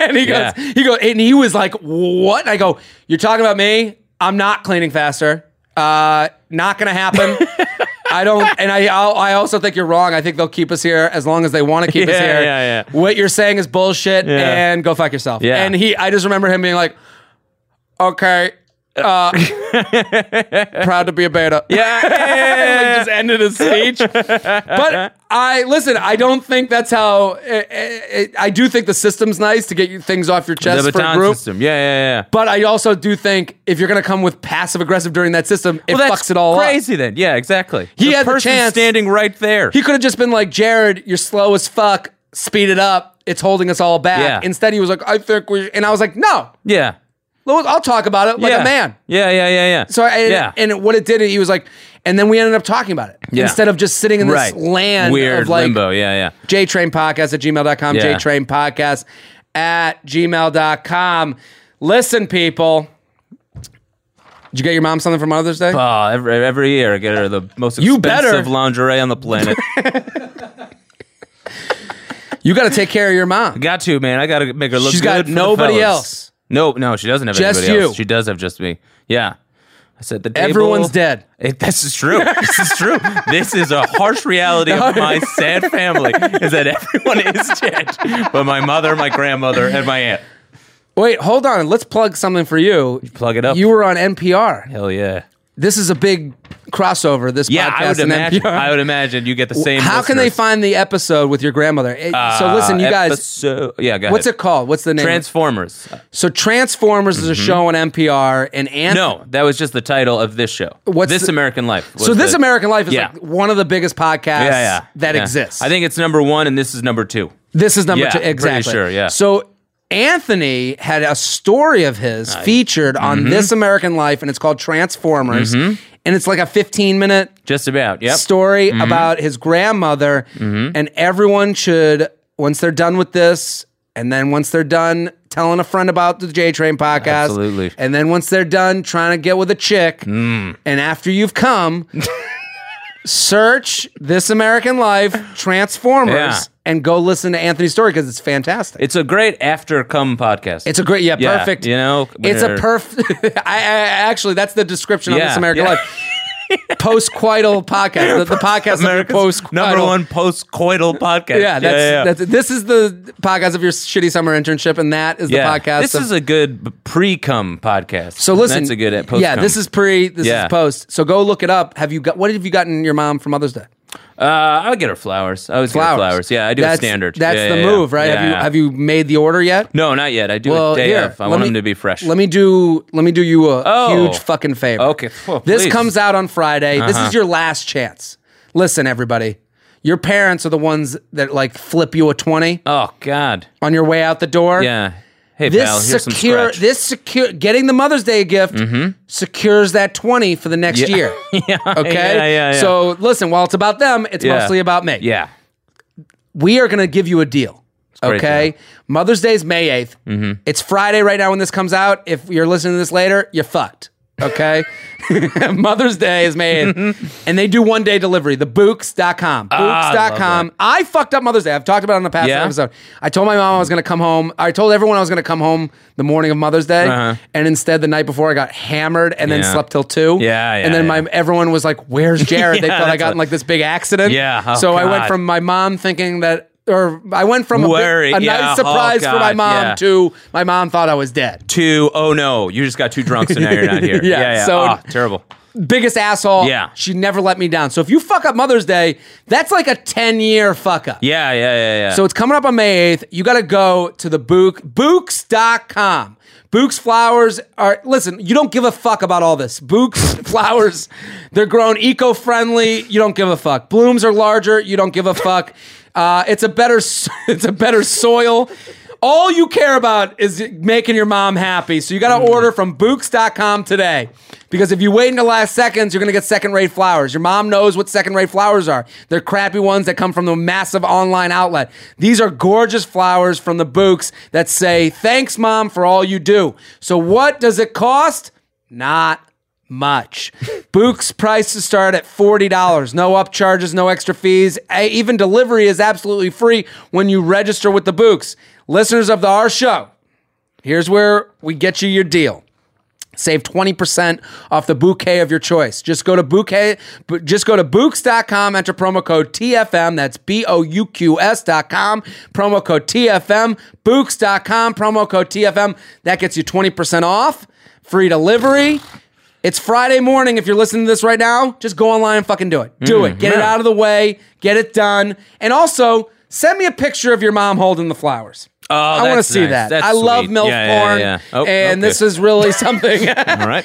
B: and he goes,
C: Yeah.
B: he goes, and he was like, what? And I go, you're talking about me? I'm not cleaning faster. Uh, not gonna happen. I don't, and I, I'll, I also think you're wrong. I think they'll keep us here as long as they want to keep us
C: Yeah,
B: here.
C: yeah, yeah.
B: What you're saying is bullshit,
C: Yeah.
B: and go fuck yourself.
C: Yeah.
B: And he, I just remember him being like, okay, uh, proud to be a beta.
C: Yeah.
B: Like, just ended his speech. but I listen. I don't think that's how. eh, eh, eh, I do think the system's nice to get you things off your chest
C: the
B: for
C: baton
B: group.
C: system. Yeah, yeah, yeah.
B: But I also do think if you're gonna come with passive aggressive during that system, it
C: well, that's
B: fucks it all up.
C: crazy then. Yeah, exactly.
B: He
C: the
B: had the
C: person
B: chance.
C: standing right there.
B: He could have just been like, Jared, you're slow as fuck. Speed it up. It's holding us all back.
C: Yeah.
B: Instead, he was like, I think we. And I was like, No,
C: yeah.
B: Lewis, I'll talk about it like
C: yeah.
B: a man.
C: Yeah, yeah, yeah, yeah.
B: So I,
C: yeah.
B: and what it did, he was like, and then we ended up talking about it
C: Yeah.
B: instead of just sitting in this
C: right.
B: land
C: Weird
B: of like
C: limbo. Yeah, yeah.
B: jtrainpodcast at gmail.com,
C: Yeah.
B: jtrainpodcast at gmail.com. Listen, people. Did you get your mom something for Mother's Day?
C: Oh, every, every year I get her the most expensive
B: You better.
C: lingerie on the planet.
B: You got to take care of your mom.
C: got to, man. I got to make her look
B: She's
C: good.
B: got
C: for the
B: nobody
C: fellas.
B: else.
C: No, no, she doesn't have
B: Just
C: anybody
B: you.
C: else. She does have just me. Yeah. I said the table,
B: Everyone's dead.
C: It, this is true. This is true. this is a harsh reality of my sad family is that everyone is dead, but my mother, my grandmother, and my aunt.
B: Wait, hold on. Let's plug something for you.
C: Plug it up.
B: You were on NPR.
C: Hell yeah.
B: This is a big crossover. This
C: Yeah,
B: podcast
C: I would
B: and
C: imagine.
B: NPR.
C: I would imagine you get the same.
B: How can they
C: listeners.
B: find the episode with your grandmother? Eh, so
C: Uh,
B: listen, you guys.
C: episode- yeah, go
B: What's
C: ahead.
B: it called? What's the name?
C: Transformers.
B: so Transformers is a show on NPR, and Anth-
C: Mm-hmm. No, that was just the title of this show.
B: What's
C: this
B: the-
C: American Life? was
B: So this
C: the-
B: American Life is
C: Yeah.
B: like one of the biggest podcasts
C: Yeah, yeah,
B: that
C: yeah.
B: exists.
C: I think it's number one, and this is number two.
B: this is number
C: Yeah,
B: two.
C: pretty
B: Exactly.
C: sure, yeah.
B: So Anthony had a story of his featured on
C: Mm-hmm.
B: This American Life, and it's called Transformers, and it's like a 15 minute
C: Just about. Yep. Mm-hmm.
B: story about his grandmother, and everyone should once they're done with this, and then once they're done telling a friend about the J Train podcast,
C: Absolutely. Mm.
B: and then once they're done trying to get with a chick, and after you've come, search This American Life Transformers
C: Yeah.
B: and go listen to Anthony's story because it's fantastic.
C: It's a great after come podcast.
B: It's a great, yeah,
C: Yeah,
B: perfect.
C: you know,
B: it's a
C: where-
B: perfect. I, I actually, that's the description of
C: Yeah,
B: this American
C: yeah.
B: life. Post coital podcast, the, the podcast of
C: America's
B: post
C: number one post coital podcast.
B: Yeah, that's, that's this is the podcast of your shitty summer internship, and that is
C: Yeah.
B: the podcast.
C: This
B: of,
C: is a good pre cum podcast.
B: so listen,
C: that's a good uh, post.
B: Yeah, this is pre, this
C: Yeah.
B: is post. So go look it up. Have you got what have you gotten your mom for Mother's Day?
C: Uh, I would get her flowers. I always get her
B: Flowers.
C: flowers. Yeah, I do a
B: that's,
C: standard.
B: That's
C: Yeah,
B: the
C: yeah, yeah.
B: move, right?
C: Yeah,
B: Have you
C: yeah.
B: have you made the order yet?
C: No, not yet. I do a day
B: here,
C: of. I
B: let
C: want
B: me-
C: them to be fresh.
B: Let me do let me do you a
C: Oh.
B: huge fucking favor.
C: Okay, well,
B: this
C: please. Uh-huh.
B: comes out on Friday. This is your last chance. Listen, everybody. Your parents are the ones that like flip you a 20
C: oh God.
B: on your way out the door.
C: Yeah. Hey
B: This
C: pal,
B: secure
C: here's some scratch. Mm-hmm.
B: this secure getting the Mother's Day gift secures that 20 for the next year.
C: yeah.
B: Okay?
C: Yeah, yeah, yeah.
B: So listen, while it's about them, it's
C: Yeah.
B: mostly about me
C: yeah.
B: we are going to give you a deal.
C: great Mm-hmm.
B: Okay. Mother's Day is May 8th. It's Friday right now when this comes out. If you're listening to this later, you're fucked. Okay. Mother's Day is May 8th. and they do one day delivery, the Books.com.
C: Mm-hmm. Ah, I love
B: Books.com. I fucked up Mother's Day. I've talked about it on the past
C: Yeah?
B: episode. I told my mom I was going to come home. I told everyone I was going to come home the morning of Mother's Day.
C: Uh-huh.
B: And instead, the night before, I got hammered and then
C: Yeah.
B: slept till two.
C: Yeah, yeah,
B: And then
C: yeah.
B: my everyone was like, Where's Jared? they
C: Yeah,
B: thought I
C: that's
B: got in
C: what-
B: like this big accident.
C: Yeah, oh,
B: so I went
C: God.
B: from my mom thinking that, or I went from a, bit-
C: Worry,
B: a
C: yeah,
B: nice surprise
C: oh,
B: for my
C: God,
B: mom
C: yeah.
B: to my mom thought I was dead.
C: to oh no, you just got too drunk, so now you're not here.
B: Yeah, so-
C: Ah, terrible.
B: biggest asshole.
C: Yeah.
B: She never let me down. So if you fuck up Mother's Day, that's like a 10 year fuck up.
C: Yeah, yeah, yeah, yeah.
B: So it's coming up on May 8th. You got to go to the Book, Books.com. Books flowers are, listen, you don't give a fuck about all this. Books flowers, they're grown eco friendly. You don't give a fuck. Blooms are larger. You don't give a fuck. Uh, it's a better, s- it's a better soil. All you care about is making your mom happy. So you got to order from Books.com today. Because if you wait until last seconds, you're going to get second rate flowers. Your mom knows what second rate flowers are. They're crappy ones that come from the massive online outlet. These are gorgeous flowers from the Books that say, Thanks, mom, for all you do. So what does it cost? Not much. Book's prices start at $40. No upcharges, no extra fees. Eh, Even delivery is absolutely free when you register with the Books. Listeners of the Our Show, here's where we get you your deal. Save 20% off the bouquet of your choice. Just go to bouquet, bu- just go to books.com, enter promo code TFM. That's B O U Q S.com, promo code TFM, books.com, promo code TFM. That gets you 20% off, free delivery. It's Friday morning. If you're listening to this right now, just go online and fucking do it. Do it. Get it out of the way, get it done. And also, send me a picture of your mom holding the flowers.
C: oh,
B: I want to see that. I love milf porn, and this is really something.
C: all right.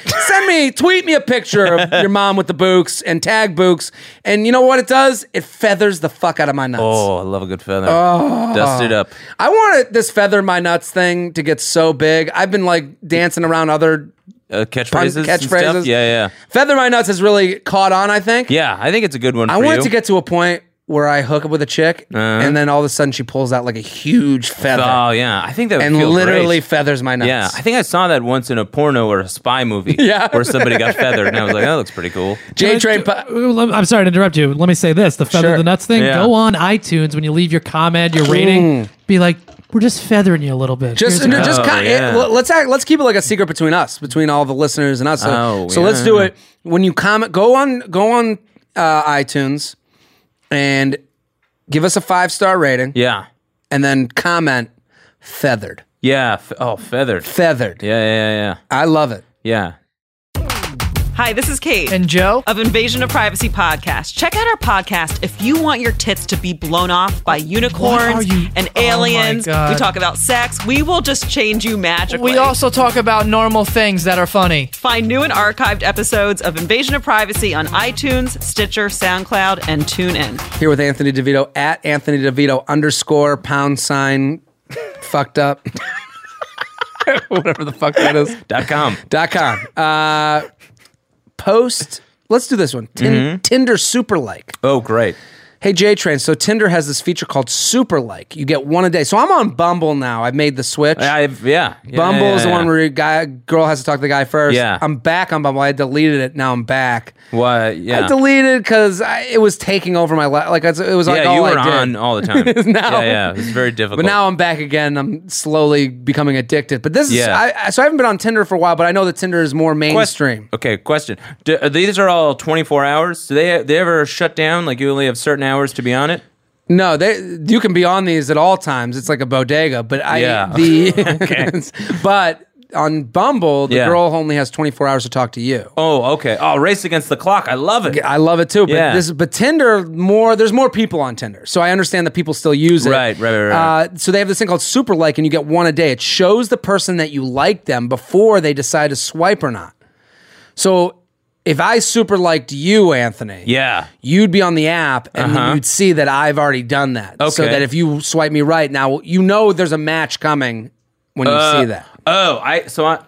B: Send me, tweet me a picture of your mom with the books and tag books, and you know what it does? It feathers the fuck out of my nuts.
C: Oh, I love a good feather.
B: Ah.
C: Dust it up.
B: I wanted this feather my nuts thing to get so big. I've been like dancing around other
C: Uh, catchphrases. and stuff?
B: catchphrases.
C: Yeah, yeah,
B: feather my nuts has really caught on. I think.
C: yeah. I think it's a good one.
B: I
C: for
B: want
C: you. Uh-huh.
B: it to get to a point where I hook up with a chick, and then all of a sudden she pulls out like a huge feather
C: Oh yeah, I think that would
B: and
C: feel
B: literally
C: Great.
B: feathers my nuts.
C: Yeah, I think I saw that once in a porno or a spy movie
B: Yeah.
C: where somebody got feathered, and I was like, "That looks pretty cool."
B: J Train.
D: Uh, lem- I'm sorry to interrupt you. Let me say this: the feather
B: Sure.
D: the nuts thing.
C: Yeah.
D: Go on iTunes when you leave your comment, your rating. Be like, we're just feathering you a little bit.
B: Hmm. Just,
D: Here's
B: no,
D: a-
B: just
C: Oh,
B: kind
C: yeah.
B: it, let's act, let's keep it like a secret between us, between all the listeners and us. So,
C: Oh,
B: so let's
C: yeah.
B: do it. When you comment, go on, go on uh, iTunes, and give us a five star rating,
C: Yeah,
B: and then comment feathered,
C: yeah. F- oh, feathered.
B: feathered.
C: Yeah, yeah,
B: I love it.
C: yeah,
E: Hi, this is Kate
D: and Joe.
B: Uh,
E: of Invasion of Privacy podcast. Check out our podcast if you want your tits to be blown off by
D: are
E: unicorns
D: you-
E: and
D: Oh my
E: aliens.
D: God.
E: we talk about sex. We will just change you magically.
F: We also talk about normal things that are funny.
E: find new and archived episodes of Invasion of Privacy on iTunes, Stitcher, SoundCloud, and TuneIn.
B: Here with Anthony DeVito at Anthony DeVito underscore pound sign fucked up, whatever the fuck that is.
C: yeah. Dot com.
B: dot com. Uh, post. Let's do this one. Tin,
C: Mm-hmm.
B: Tinder super like.
C: Oh, great.
B: Hey J Train, so Tinder has this feature called Super Like. You get one a day. So I'm on Bumble now. I've made the switch.
C: I've, yeah. yeah,
B: Bumble
C: yeah,
B: is the
C: yeah.
B: one where a guy girl has to talk to the guy first.
C: Yeah.
B: I'm back on Bumble. I deleted it. Now I'm back.
C: Why? Yeah.
B: I deleted because it was taking over my life. Like it's- it was like
C: yeah,
B: all
C: you were
B: I did.
C: on all the time.
B: Now-
C: yeah, yeah. It's very difficult.
B: But now I'm back again. I'm slowly becoming addicted. But this
C: Yeah.
B: is I, I, so I haven't been on Tinder for a while. But I know that Tinder is more mainstream.
C: Okay, question. Do, are these are all 24 hours. Do they they ever shut down? Like you only have certain hours to be on it?
B: No, they you can be on these at all times. It's like a bodega, but I
C: Yeah.
B: the but on Bumble, the
C: Yeah.
B: girl only has 24 hours to talk to you.
C: Oh, okay. Oh, race against the clock. I love it.
B: I love it too, but
C: Yeah.
B: this but Tinder more there's more people on Tinder. So I understand that people still use it.
C: Right, right, right, right.
B: Uh, so they have this thing called super like and you get one a day. It shows the person that you like them before they decide to swipe or not. So if I super liked you, Anthony,
C: Yeah.
B: you'd be on the app and you'd see that I've already done that. So
C: Uh-huh. Okay.
B: that if you swipe me right now, you know there's a match coming when you see that.
C: Oh, I so I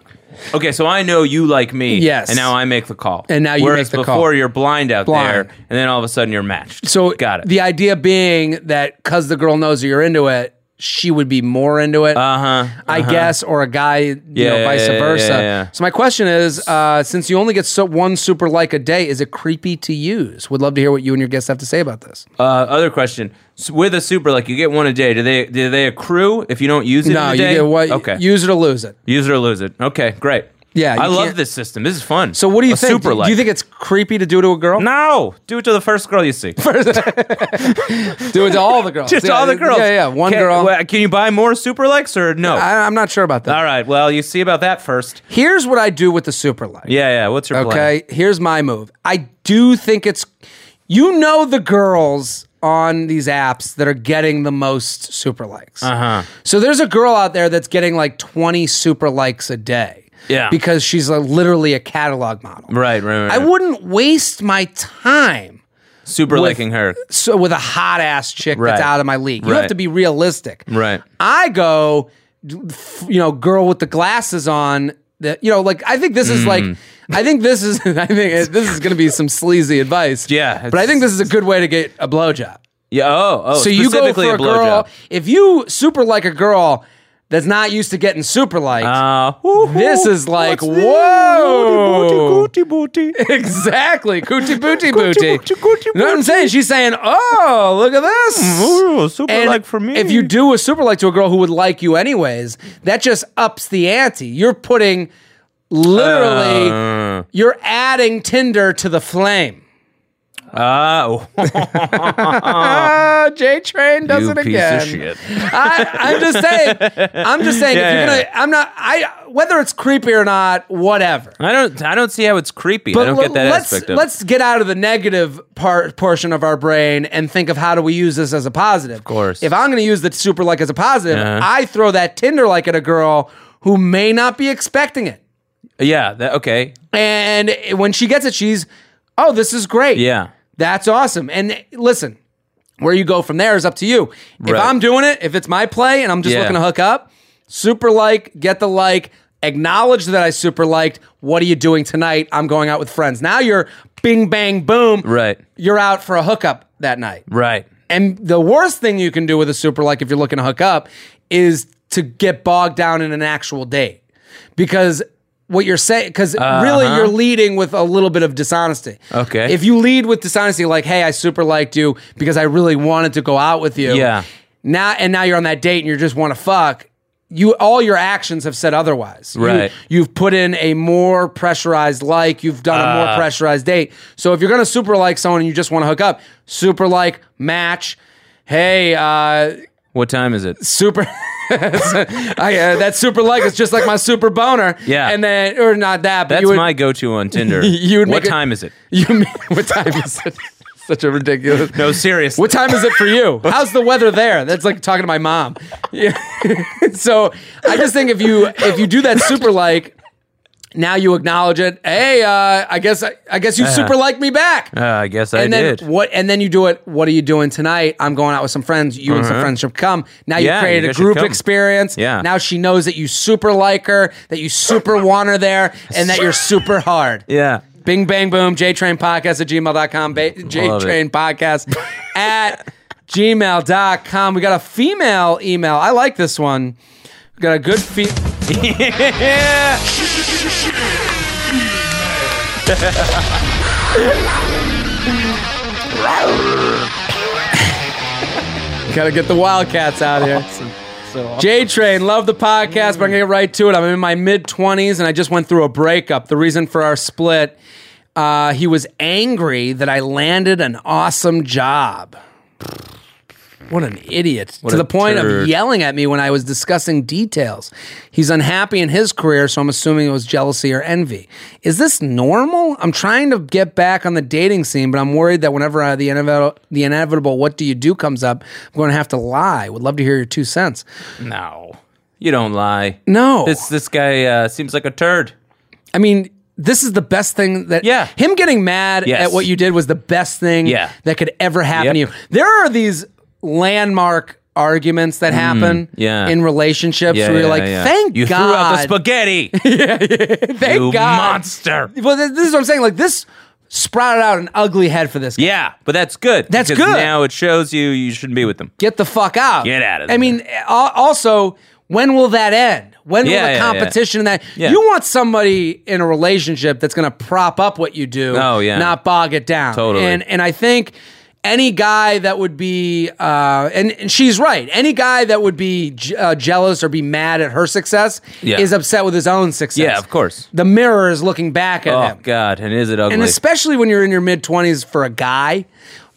C: Okay, so I know you like me.
B: Yes.
C: And now I make the call.
B: And now you
C: Whereas
B: make the
C: before
B: call.
C: you're blind out
B: Blind.
C: there, and then all of a sudden you're matched.
B: So
C: got it.
B: The idea being that because the girl knows you're into it, she would be more into it.
C: uh huh.
B: I guess, or a guy, you know,
C: yeah,
B: vice
C: yeah, yeah,
B: versa.
C: yeah, yeah.
B: So my question is, uh, since you only get so one super like a day, is it creepy to use? Would love to hear what you and your guests have to say about this.
C: Uh, other question: S With a super, like you get one a day. Do they do they accrue if you don't use it? in
B: no,
C: the
B: you
C: day?
B: get what?
C: Okay.
B: Use it or lose it.
C: Use it or lose it. Okay, great.
B: Yeah, you
C: I love
B: can't-
C: this system. This is fun.
B: So what do you
C: A
B: think?
C: Super
B: do,
C: like.
B: do you think it's creepy to do to a girl?
C: No, do it to the first girl you see.
B: Do it to all the girls.
C: Just
B: Yeah,
C: all the girls.
B: Yeah, yeah. One
C: can,
B: girl.
C: well, can you buy more super likes or no?
B: I, I'm not sure about that.
C: all right. Well, you see about that first.
B: Here's what I do with the super like.
C: Yeah, yeah. What's your plan?
B: Okay, here's my move. I do think it's you know the girls on these apps that are getting the most super likes. Uh-huh. So there's a girl out there that's getting like 20 super likes a day.
C: Yeah.
B: Because she's like literally a catalog model.
C: Right, right, right.
B: I wouldn't waste my time
C: super
B: with-
C: liking her.
B: so with a hot ass chick
C: Right.
B: that's out of my league. You
C: Right.
B: have to be realistic.
C: Right.
B: I go, d- f- you know, girl with the glasses on. That you know, like I think this is
C: Mm.
B: like. I think this is. I think it- this is going to be some sleazy advice.
C: Yeah,
B: but I think
C: it's-
B: this is a good way to get a blowjob.
C: Yeah. Oh, oh.
B: so you go for
C: specifically
B: a,
C: a
B: girl.
C: blowjob.
B: If you super like a girl that's not used to getting super liked,
C: Uh, whoo-hoo.
B: this is like
C: What's this?
B: whoa.
C: Booty, booty, booty.
B: exactly, cootie booty booty.
C: booty, cootie
B: You know what I'm
C: booty. Mm,
B: saying? She's saying, "Oh, look at this."
C: Ooh, super
B: And
C: like for me.
B: If you do a super like to a girl who would like you anyways, that just ups the ante. You're putting literally
C: Uh,
B: you're adding Tinder to the flame.
C: oh, Uh,
B: Ah, J Train does
C: you
B: it
C: piece
B: again.
C: of shit.
B: I, I'm just saying. I'm just saying.
C: Yeah,
B: if you're
C: yeah.
B: gonna, I'm not. I whether it's creepy or not, whatever.
C: I don't. I don't see how it's creepy. I don't
B: le-
C: get that
B: let's
C: aspect of. it.
B: let's get out of the negative part portion of our brain and think of how do we use this as a positive. Of
C: course.
B: If I'm going to use the super like as a positive,
C: Uh-huh.
B: I throw that Tinder like at a girl who may not be expecting it,
C: yeah. That, okay.
B: and when she gets it, she's, oh, this is great.
C: Yeah.
B: That's awesome. And listen, where you go from there is up to you.
C: Right.
B: If I'm doing it, if it's my play and I'm just
C: Yeah.
B: looking to hook up, super like, get the like, acknowledge that I super liked. What are you doing tonight? I'm going out with friends. Now you're bing, bang, boom.
C: Right.
B: You're out for a hookup that night.
C: Right.
B: And the worst thing you can do with a super like if you're looking to hook up is to get bogged down in an actual date. Because what you're saying, because really you're leading with a little bit of dishonesty.
C: Uh-huh. Okay.
B: If you lead with dishonesty, like, hey, I super liked you because I really wanted to go out with you.
C: Yeah.
B: Now, and now you're on that date and you just want to fuck. You all your actions have said otherwise. You-
C: Right.
B: you've put in a more pressurized like. You've done a
C: Ah.
B: more pressurized date. So if you're gonna super like someone and you just want to hook up, super like match. Hey, uh,
C: What time is it?
B: super. I, uh, that super like is just like my super boner.
C: Yeah.
B: and then or not that. But
C: That's
B: you would,
C: my go-to on Tinder.
B: You would
C: what
B: make it-
C: time is it?
B: You mean, what time is it? Such a ridiculous.
C: No, seriously.
B: What time is it for you? How's the weather there? That's like talking to my mom. Yeah. so I just think if you if you do that super like, now you acknowledge it. Hey, uh, I guess I, I guess you super like me back.
C: Uh-huh. Uh, I guess I
B: and then
C: did.
B: what? And then you do it. What are you doing tonight? I'm going out with some friends. You and some friends should come. Now you
C: Uh-huh. Yeah, you
B: created a
C: guys should
B: group
C: come.
B: experience.
C: Yeah.
B: Now she knows that you super like her, that you super want her there, and that you're super hard.
C: yeah.
B: Bing bang boom, JTrain podcast at gmail.com, ba-
C: Love
B: JTrain
C: it.
B: podcast at gmail.com. We got a female email. I like this one. We got a good fe- Gotta get the Wildcats out here. J Train, love the podcast, but I'm gonna get right to it. I'm in my mid 20s and I just went through a breakup. The reason for our split, uh, he was angry that I landed an awesome job. What an idiot. to
C: a
B: the point
C: turd.
B: of yelling at me when I was discussing details. He's unhappy in his career, so I'm assuming it was jealousy or envy. Is this normal? I'm trying to get back on the dating scene, but I'm worried that whenever uh, the, inevitable, the inevitable what do you do comes up, I'm going to have to lie. Would love to hear your two cents.
C: No, you don't lie.
B: No.
C: This this guy uh, seems like a turd.
B: I mean, this is the best thing that
C: Yeah.
B: him getting mad
C: Yes.
B: at what you did was the best thing
C: Yeah.
B: that could ever happen
C: Yep.
B: to you. There are these landmark arguments that happen
C: Mm, yeah.
B: in relationships where you're like, thank
C: you
B: God.
C: threw out the spaghetti.
B: thank
C: you
B: God.
C: monster.
B: Well, th- this is what I'm saying. Like this sprouted out an ugly head for this guy.
C: Yeah, but that's good.
B: That's
C: because
B: good.
C: Now it shows you you shouldn't be with them.
B: Get the fuck out.
C: Get out of
B: I
C: there.
B: mean, al- also, when will that end? When will
C: Yeah,
B: the
C: yeah, yeah.
B: competition that
C: Yeah.
B: you want somebody in a relationship that's going to prop up what you do,
C: Oh, yeah.
B: not bog it down.
C: Totally.
B: And and I think any guy that would be, uh, and, and she's right, any guy that would be j- uh, jealous or be mad at her success
C: Yeah.
B: is upset with his own success.
C: Yeah, of course.
B: The mirror is looking back at
C: Oh
B: him.
C: God, and is it ugly?
B: And especially when you're in your mid 20s for a guy,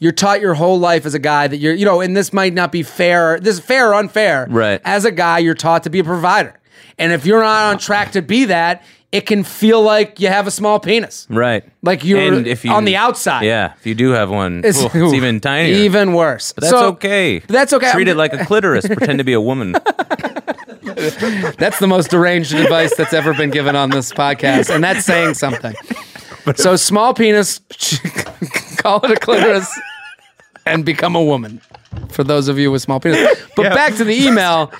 B: you're taught your whole life as a guy that you're, you know, and this might not be fair. This is fair or unfair.
C: Right.
B: As a guy, you're taught to be a provider. And if you're not on track to be that, it can feel like you have a small penis.
C: right.
B: Like you're
C: And
B: on the outside.
C: Yeah, if you do have one, it's, it's
B: oof,
C: even tinier.
B: Even worse.
C: But that's
B: So-
C: okay.
B: but That's okay.
C: Treat it like a clitoris. pretend to be a woman.
B: That's the most deranged advice that's ever been given on this podcast, and that's saying something. So small penis, call it a clitoris, and become a woman. For those of you with small penis, but back to the email.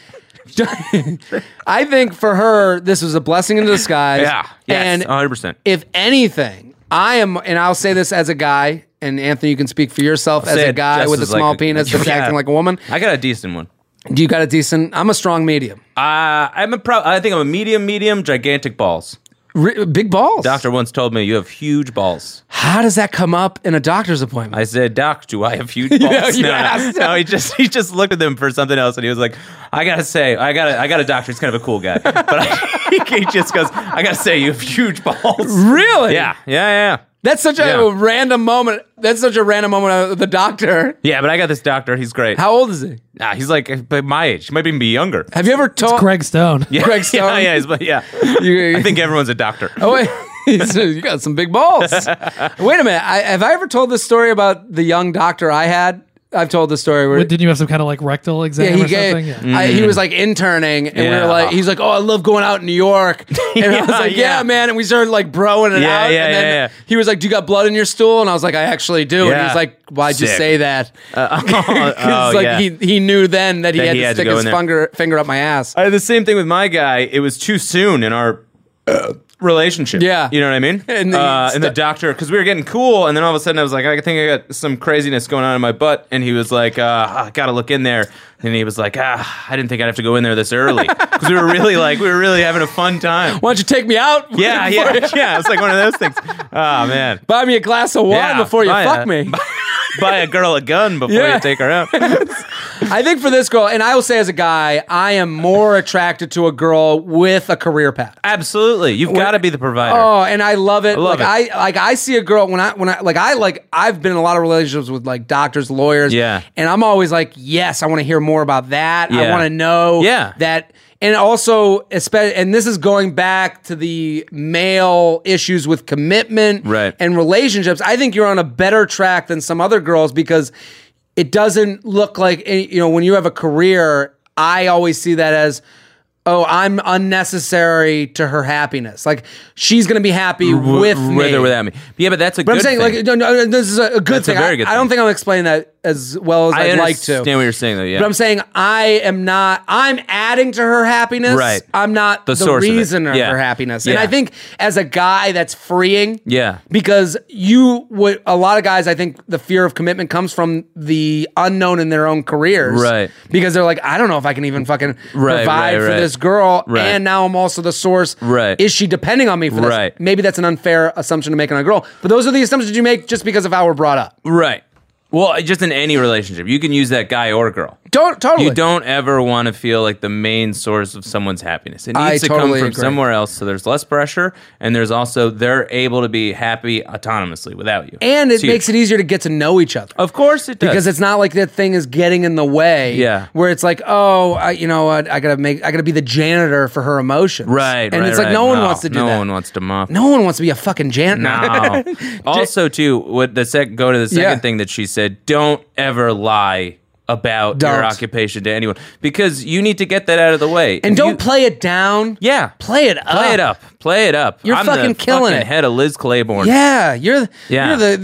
B: I think for her, this was a blessing in disguise.
C: Yeah. Yes. Uh,
B: and
C: One hundred percent.
B: if anything, I am, and I'll say this as a guy, and Anthony, you can speak for yourself as
C: Say
B: a
C: it
B: guy
C: just
B: with a
C: as like
B: small
C: a-
B: penis that's
C: Yeah.
B: acting like a woman.
C: I got a decent one.
B: Do you got a decent? I'm a strong medium.
C: Uh, I'm a pro- I think I'm a medium, medium, gigantic balls.
B: R- big balls.
C: Doctor once told me you have huge balls.
B: How does that come up in a doctor's appointment?
C: I said, Doc, do I have huge balls?
B: you
C: no, no.
B: asked
C: no, he just he just looked at them for something else, and he was like, I gotta say, I got I got a doctor. He's kind of a cool guy, but I, he just goes, I gotta say, you have huge balls.
B: really?
C: Yeah, yeah, yeah.
B: That's such a
C: Yeah.
B: random moment. That's such a random moment. Of the doctor.
C: Yeah, but I got this doctor. He's great.
B: How old is he?
C: Nah, he's like uh, my age. He might even be younger.
B: Have you ever talked?
D: Greg Stone.
C: Yeah,
B: Greg Stone?
C: Yeah, yeah, he's- but yeah.
B: You-
C: I think everyone's a doctor.
B: Oh wait. He's- you got some big balls. wait a minute. I, have I ever told this story about the young doctor I had? I've told this story where
D: But didn't you have some kind of like rectal exam
B: Yeah, he
D: or
B: gave.
D: something? Mm. Yeah.
B: I, he was like interning, and we
C: Mm. Yeah.
B: were like, he's like, oh, I love going out in New York, and I was
C: Yeah,
B: like, yeah,
C: yeah.
B: man, and we started like broing it
C: Yeah,
B: out,
C: yeah,
B: and then
C: yeah, yeah.
B: he was like, do you got blood in your stool? And I was like, I actually do, and he
C: Yeah.
B: was like, why'd you
C: Sick.
B: say that?
C: oh,
B: 'Cause, like
C: yeah.
B: he, he knew then that he
C: That
B: had
C: he
B: to
C: had to
B: stick
C: go
B: his
C: in there.
B: finger finger up my ass.
C: I had the same thing with my guy. It was too soon in our uh, relationship.
B: Yeah.
C: you know what I mean.
B: And
C: And
B: the-
C: the, uh, and the doctor, because we were getting cool, and then all of a sudden I was like, I think I got some craziness going on in my butt, and he was like, uh, I gotta look in there. And he was like, ah, I didn't think I'd have to go in there this early because we were really like we were really having a fun time.
B: Why don't you take me out?
C: Yeah, yeah, yeah. It's like one of those things. Oh man,
B: Buy me a glass of wine
C: Yeah,
B: before you
C: buy
B: fuck
C: a-
B: me.
C: buy a girl a gun before
B: Yeah.
C: you take her out.
B: I think for this girl, and I will say as a guy, I am more attracted to a girl with a career path.
C: Absolutely, you've got to be the provider.
B: Oh, and I love it.
C: love
B: like
C: it.
B: I like I see a girl when I when I like I like I've been in a lot of relationships with like doctors, lawyers.
C: Yeah.
B: And I'm always like, yes, I want to hear more about that. I
C: Yeah.
B: want to know
C: Yeah.
B: that and also especially and this is going back to the male issues with commitment
C: Right.
B: and relationships. I think you're on a better track than some other girls because it doesn't look like eh, you know when you have a career, I always see that as oh, I'm unnecessary to her happiness. Like she's gonna be happy with me.
C: with or without me. Yeah, but that's a
B: But
C: good
B: I'm saying,
C: thing.
B: like, no, no, this is a, a good
C: That's a
B: thing. I,
C: very good
B: I don't
C: thing.
B: think I'm explaining that as well as I
C: I
B: would like to.
C: understand what you're saying though. Yeah,
B: But I'm saying I am not. I'm adding to her happiness.
C: Right.
B: I'm not the,
C: The source of it.
B: reason of,
C: Yeah.
B: her happiness. And
C: Yeah.
B: I think as a guy, that's freeing.
C: Yeah.
B: Because you would a lot of guys. I think the fear of commitment comes from the unknown in their own careers.
C: Right.
B: Because they're like, I don't know if I can even fucking
C: Right,
B: provide
C: right,
B: for
C: right.
B: this girl,
C: Right.
B: and now I'm also the source.
C: Right.
B: Is she depending on me for this?
C: Right.
B: Maybe that's an unfair assumption to make on a girl. But those are the assumptions you make just because of how we're brought up.
C: Right. Well, just in any relationship, you can use that guy or girl.
B: Don't totally.
C: You don't ever want to feel like the main source of someone's happiness. It needs
B: I
C: to come
B: totally
C: from
B: agree.
C: somewhere else, so there's less pressure, and there's also they're able to be happy autonomously without you.
B: And it
C: It's huge.
B: makes it easier to get to know each other.
C: of course, it does
B: because it's not like that thing is getting in the way.
C: Yeah.
B: where it's like, oh, I, you know what? I gotta make, I gotta be the janitor for her emotions.
C: right.
B: and
C: right,
B: it's like
C: right.
B: no one wants to do
C: no
B: that.
C: one wants to muff.
B: no one wants to be a fucking janitor.
C: No. also, too, what the sec- go to the second
B: Yeah.
C: thing that she said: don't ever lie about
B: Don't.
C: your occupation to anyone because you need to get that out of the way.
B: and
C: If
B: don't
C: you-
B: play it down.
C: Yeah,
B: play it up.
C: Play it up. Play it up.
B: You're
C: I'm
B: fucking
C: the
B: killing
C: fucking
B: it.
C: Head of Liz Claiborne.
B: Yeah, you're,
C: Yeah.
B: you're the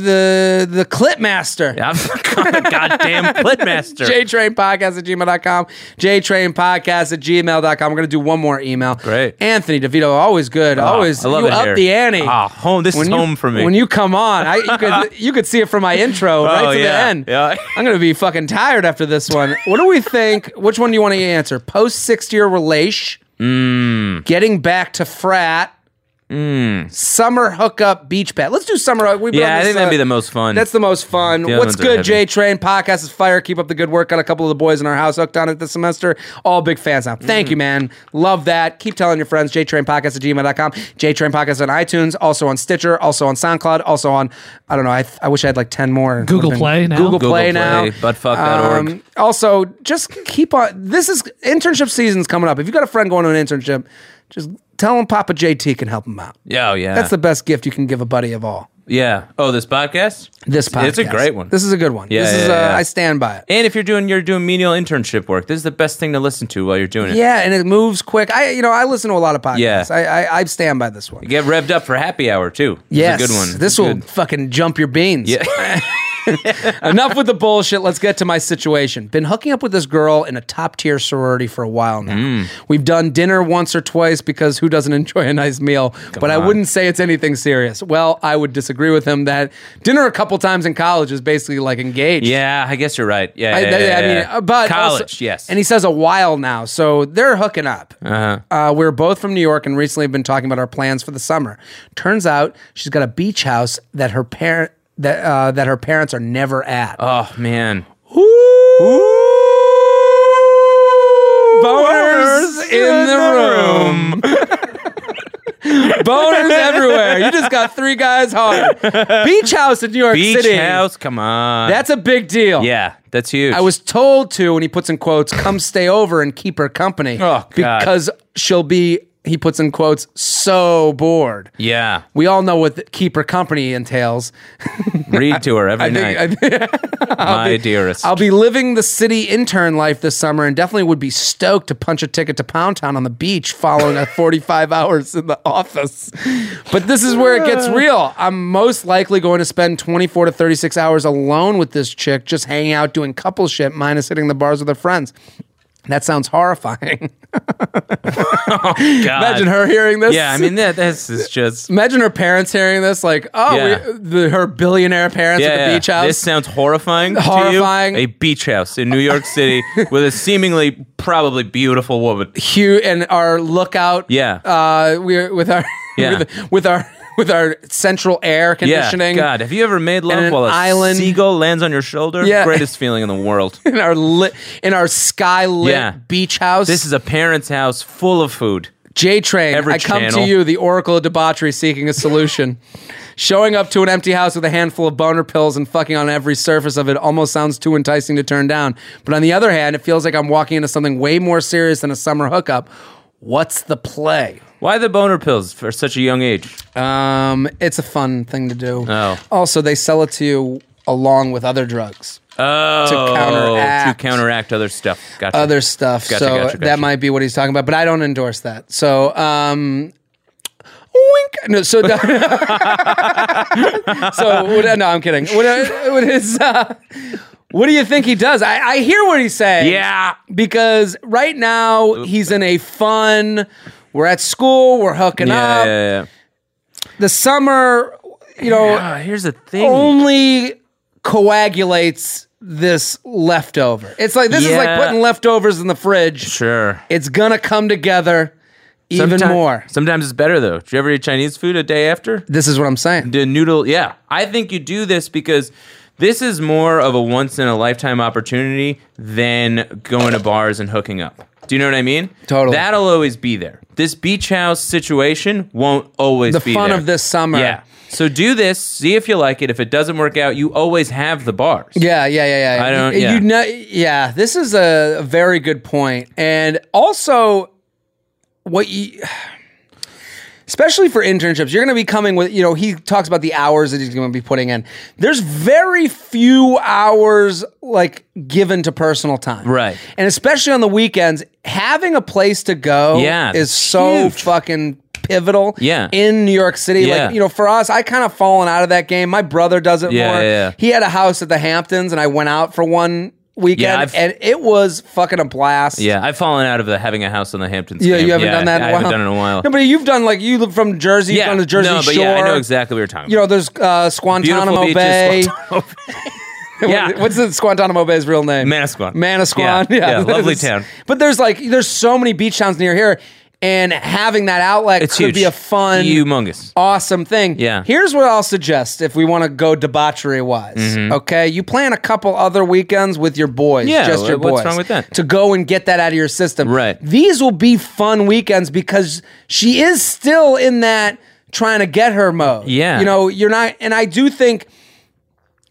B: the the clip master.
C: I'm the goddamn clip master.
B: JTrain Podcast at gmail.com. JTrain Podcast at gmail.com. We're going to do one more email.
C: Great. Ah,
B: Anthony DeVito, always good. always
C: I love
B: you
C: it
B: up
C: here.
B: the ante.
C: Ah, home- this is
B: you,
C: home for me.
B: When you come on, I, you, could, you could see it from my intro right
C: Oh,
B: to the
C: yeah.
B: end.
C: Yeah.
B: I'm going to be fucking tired after this one. What do we think? Which one do you
C: Mm.
B: want to answer? Post 60 year relation? Getting back to frat? Summer hookup beach pad. Let's do summer hookup. We brought
C: Yeah, I
B: this,
C: think that'd
B: uh,
C: be the most fun.
B: That's the most fun.
C: The other
B: What's
C: ones are
B: good,
C: heavy.
B: J Train? Podcast is fire. Keep up the good work. Got a couple of the boys in our house hooked on it this semester. All big fans now.
C: Mm-hmm.
B: Thank you, man. Love that. Keep telling your friends. J Train Podcast at gmail.com. J Train Podcast on iTunes. Also on Stitcher. Also on SoundCloud. Also on, I don't know. I, I wish I had like 10 more.
D: Google
B: Something.
D: Play now?
B: Google,
D: Google
B: Play,
C: Play,
B: now. Um,
C: buttfuck.org.
B: also, just keep on. This is internship season's coming up. If you got a friend going to an internship, just tell him Papa JT can help him out.
C: yeah, oh, yeah.
B: That's the best gift you can give a buddy of all.
C: yeah. Oh, this podcast.
B: This podcast.
C: It's a great one.
B: This is a good one.
C: Yeah,
B: this is.
C: yeah,
B: uh,
C: yeah.
B: I stand by it.
C: and if you're doing you're doing menial internship work, this is the best thing to listen to while you're doing it.
B: Yeah, and it moves quick. I, you know, I listen to a lot of podcasts.
C: Yeah.
B: I, I, I stand by this one.
C: Get revved up for happy hour too.
B: Yes,
C: It's a good one.
B: This
C: It's
B: will
C: good.
B: fucking jump your beans.
C: Yeah.
B: Enough with the bullshit. Let's get to my situation. Been hooking up with this girl in a top tier sorority for a while now.
C: Mm.
B: We've done dinner once or twice because who doesn't enjoy a nice meal? but I wouldn't say it's anything serious. Well, I would disagree with him that dinner a couple times in college is basically like engaged.
C: yeah, I guess you're right. Yeah,
B: I,
C: yeah, yeah,
B: I mean,
C: yeah.
B: uh, but
C: college,
B: also-
C: yes.
B: And he says a while now, so they're hooking up. Uh-huh. we're both from New York, and recently have been talking about our plans for the summer. Turns out she's got a beach house that her parent that uh, that her parents are never at.
C: oh man,
B: boners in the room. boners everywhere. You just got three guys hard. Beach house in New York
C: beach
B: City.
C: house. Come on,
B: That's a big deal.
C: yeah, that's huge.
B: I was told to, and he puts in quotes, come stay over and keep her company.
C: Oh, God.
B: Because she'll be, he puts in quotes, so bored.
C: yeah.
B: We all know what the keep her company entails.
C: Read to her every night,
B: I think-
C: my dearest.
B: I'll be living the city intern life this summer and definitely would be stoked to punch a ticket to Pound Town on the beach following a 45 hours in the office. But this is where it gets real. I'm most likely going to spend 24 to 36 hours alone with this chick, just hanging out, doing couple shit, minus hitting the bars with her friends. That sounds horrifying.
C: God.
B: Imagine her hearing this.
C: Yeah, I mean that. This is just.
B: imagine her parents hearing this. Like, oh,
C: Yeah.
B: we, the, her billionaire parents
C: Yeah,
B: at the
C: yeah.
B: beach house.
C: This sounds horrifying. to you?
B: Horrifying.
C: A beach house in New York City with a seemingly probably beautiful woman.
B: Hugh and our lookout.
C: Yeah.
B: Uh, we with our
C: Yeah.
B: with, with our with our central air conditioning.
C: Yeah, God, have you ever made
B: And
C: love
B: an
C: while a
B: island.
C: seagull lands on your shoulder?
B: Yeah.
C: Greatest feeling in the world.
B: In our lit in our sky lit
C: Yeah.
B: beach house.
C: this is a parent's house full of food.
B: J Train.
C: every
B: I come to
C: channel.
B: you, the Oracle of debauchery, seeking a solution. Showing up to an empty house with a handful of boner pills and fucking on every surface of it almost sounds too enticing to turn down. But on the other hand, it feels like I'm walking into something way more serious than a summer hookup. What's the play?
C: Why the boner pills for such a young age?
B: Um, it's a fun thing to do.
C: Oh.
B: Also, they sell it to you along with other drugs,
C: Oh,
B: counteract.
C: to counteract other stuff. Gotcha.
B: other stuff.
C: Gotcha,
B: so
C: gotcha,
B: that
C: gotcha.
B: might be what he's talking about, but I don't endorse that. So, um, wink. No, so so what, no, I'm kidding. What, what is uh, what do you think he does? I, I hear what he's saying.
C: Yeah.
B: because right now he's in a fun. We're at school. We're hooking
C: Yeah, yeah,
B: up.
C: yeah.
B: The summer, you know.
C: Ah, here's the thing.
B: oh only coagulates this leftover. It's like this is like
C: Yeah.
B: putting leftovers in the fridge.
C: sure.
B: It's gonna come together even
C: Sometime-
B: more.
C: Sometimes it's better though. Did you ever eat Chinese food a day after?
B: This is what I'm saying.
C: the noodle yeah i think you do this because this is more of a once in a lifetime opportunity than going to bars and hooking up do you know what i mean
B: Totally.
C: that'll always be there this beach house situation won't always
B: The
C: be
B: fun
C: there.
B: of this summer.
C: yeah so do this see if you like it if it doesn't work out you always have the bars
B: Yeah, yeah, yeah, yeah.
C: I don't-
B: You,
C: yeah.
B: you know, yeah. This is a very good point, and also what you. Especially for internships, you're going to be coming with, you know, he talks about the hours that he's going to be putting in. There's very few hours like given to personal time.
C: Right.
B: And especially on the weekends, having a place to go
C: Yeah,
B: is so
C: huge.
B: fucking pivotal
C: Yeah.
B: in New York City.
C: Yeah.
B: Like, you know, for us, I kind of fallen out of that game. My brother does it
C: Yeah,
B: more.
C: yeah, yeah.
B: He had a house at the Hamptons, and I went out for one
C: Yeah,
B: weekend,
C: I've-
B: and it was fucking a blast.
C: yeah i've fallen out of the having a house on the hamptons
B: yeah,
C: game.
B: you haven't done that. In
C: i
B: a while.
C: haven't done it in a while
B: No, but you've done like you live from Jersey, you've
C: yeah
B: done the Jersey
C: no, but
B: Shore.
C: yeah i know exactly what you're talking
B: You know, there's uh, Squantanamo
C: beaches,
B: Bay.
C: about yeah
B: What's the Squantanamo Bay's real name?
C: Manasquan.
B: Manasquan. Yeah,
C: Yeah, yeah, lovely
B: It's-
C: town.
B: But there's like there's so many beach towns near here, and having that outlet
C: It's
B: could
C: huge.
B: be a fun,
C: humongous.
B: awesome thing.
C: Yeah.
B: Here's what I'll suggest if we want to go debauchery wise. Okay, you plan a couple other weekends with your boys.
C: Mm-hmm. Yeah,
B: just your
C: wh- what's
B: boys.
C: wrong with that?
B: To go and get that out of your system.
C: Right.
B: These will be fun weekends because she is still in that trying to get her mode.
C: Yeah.
B: You know, you're not, and I do think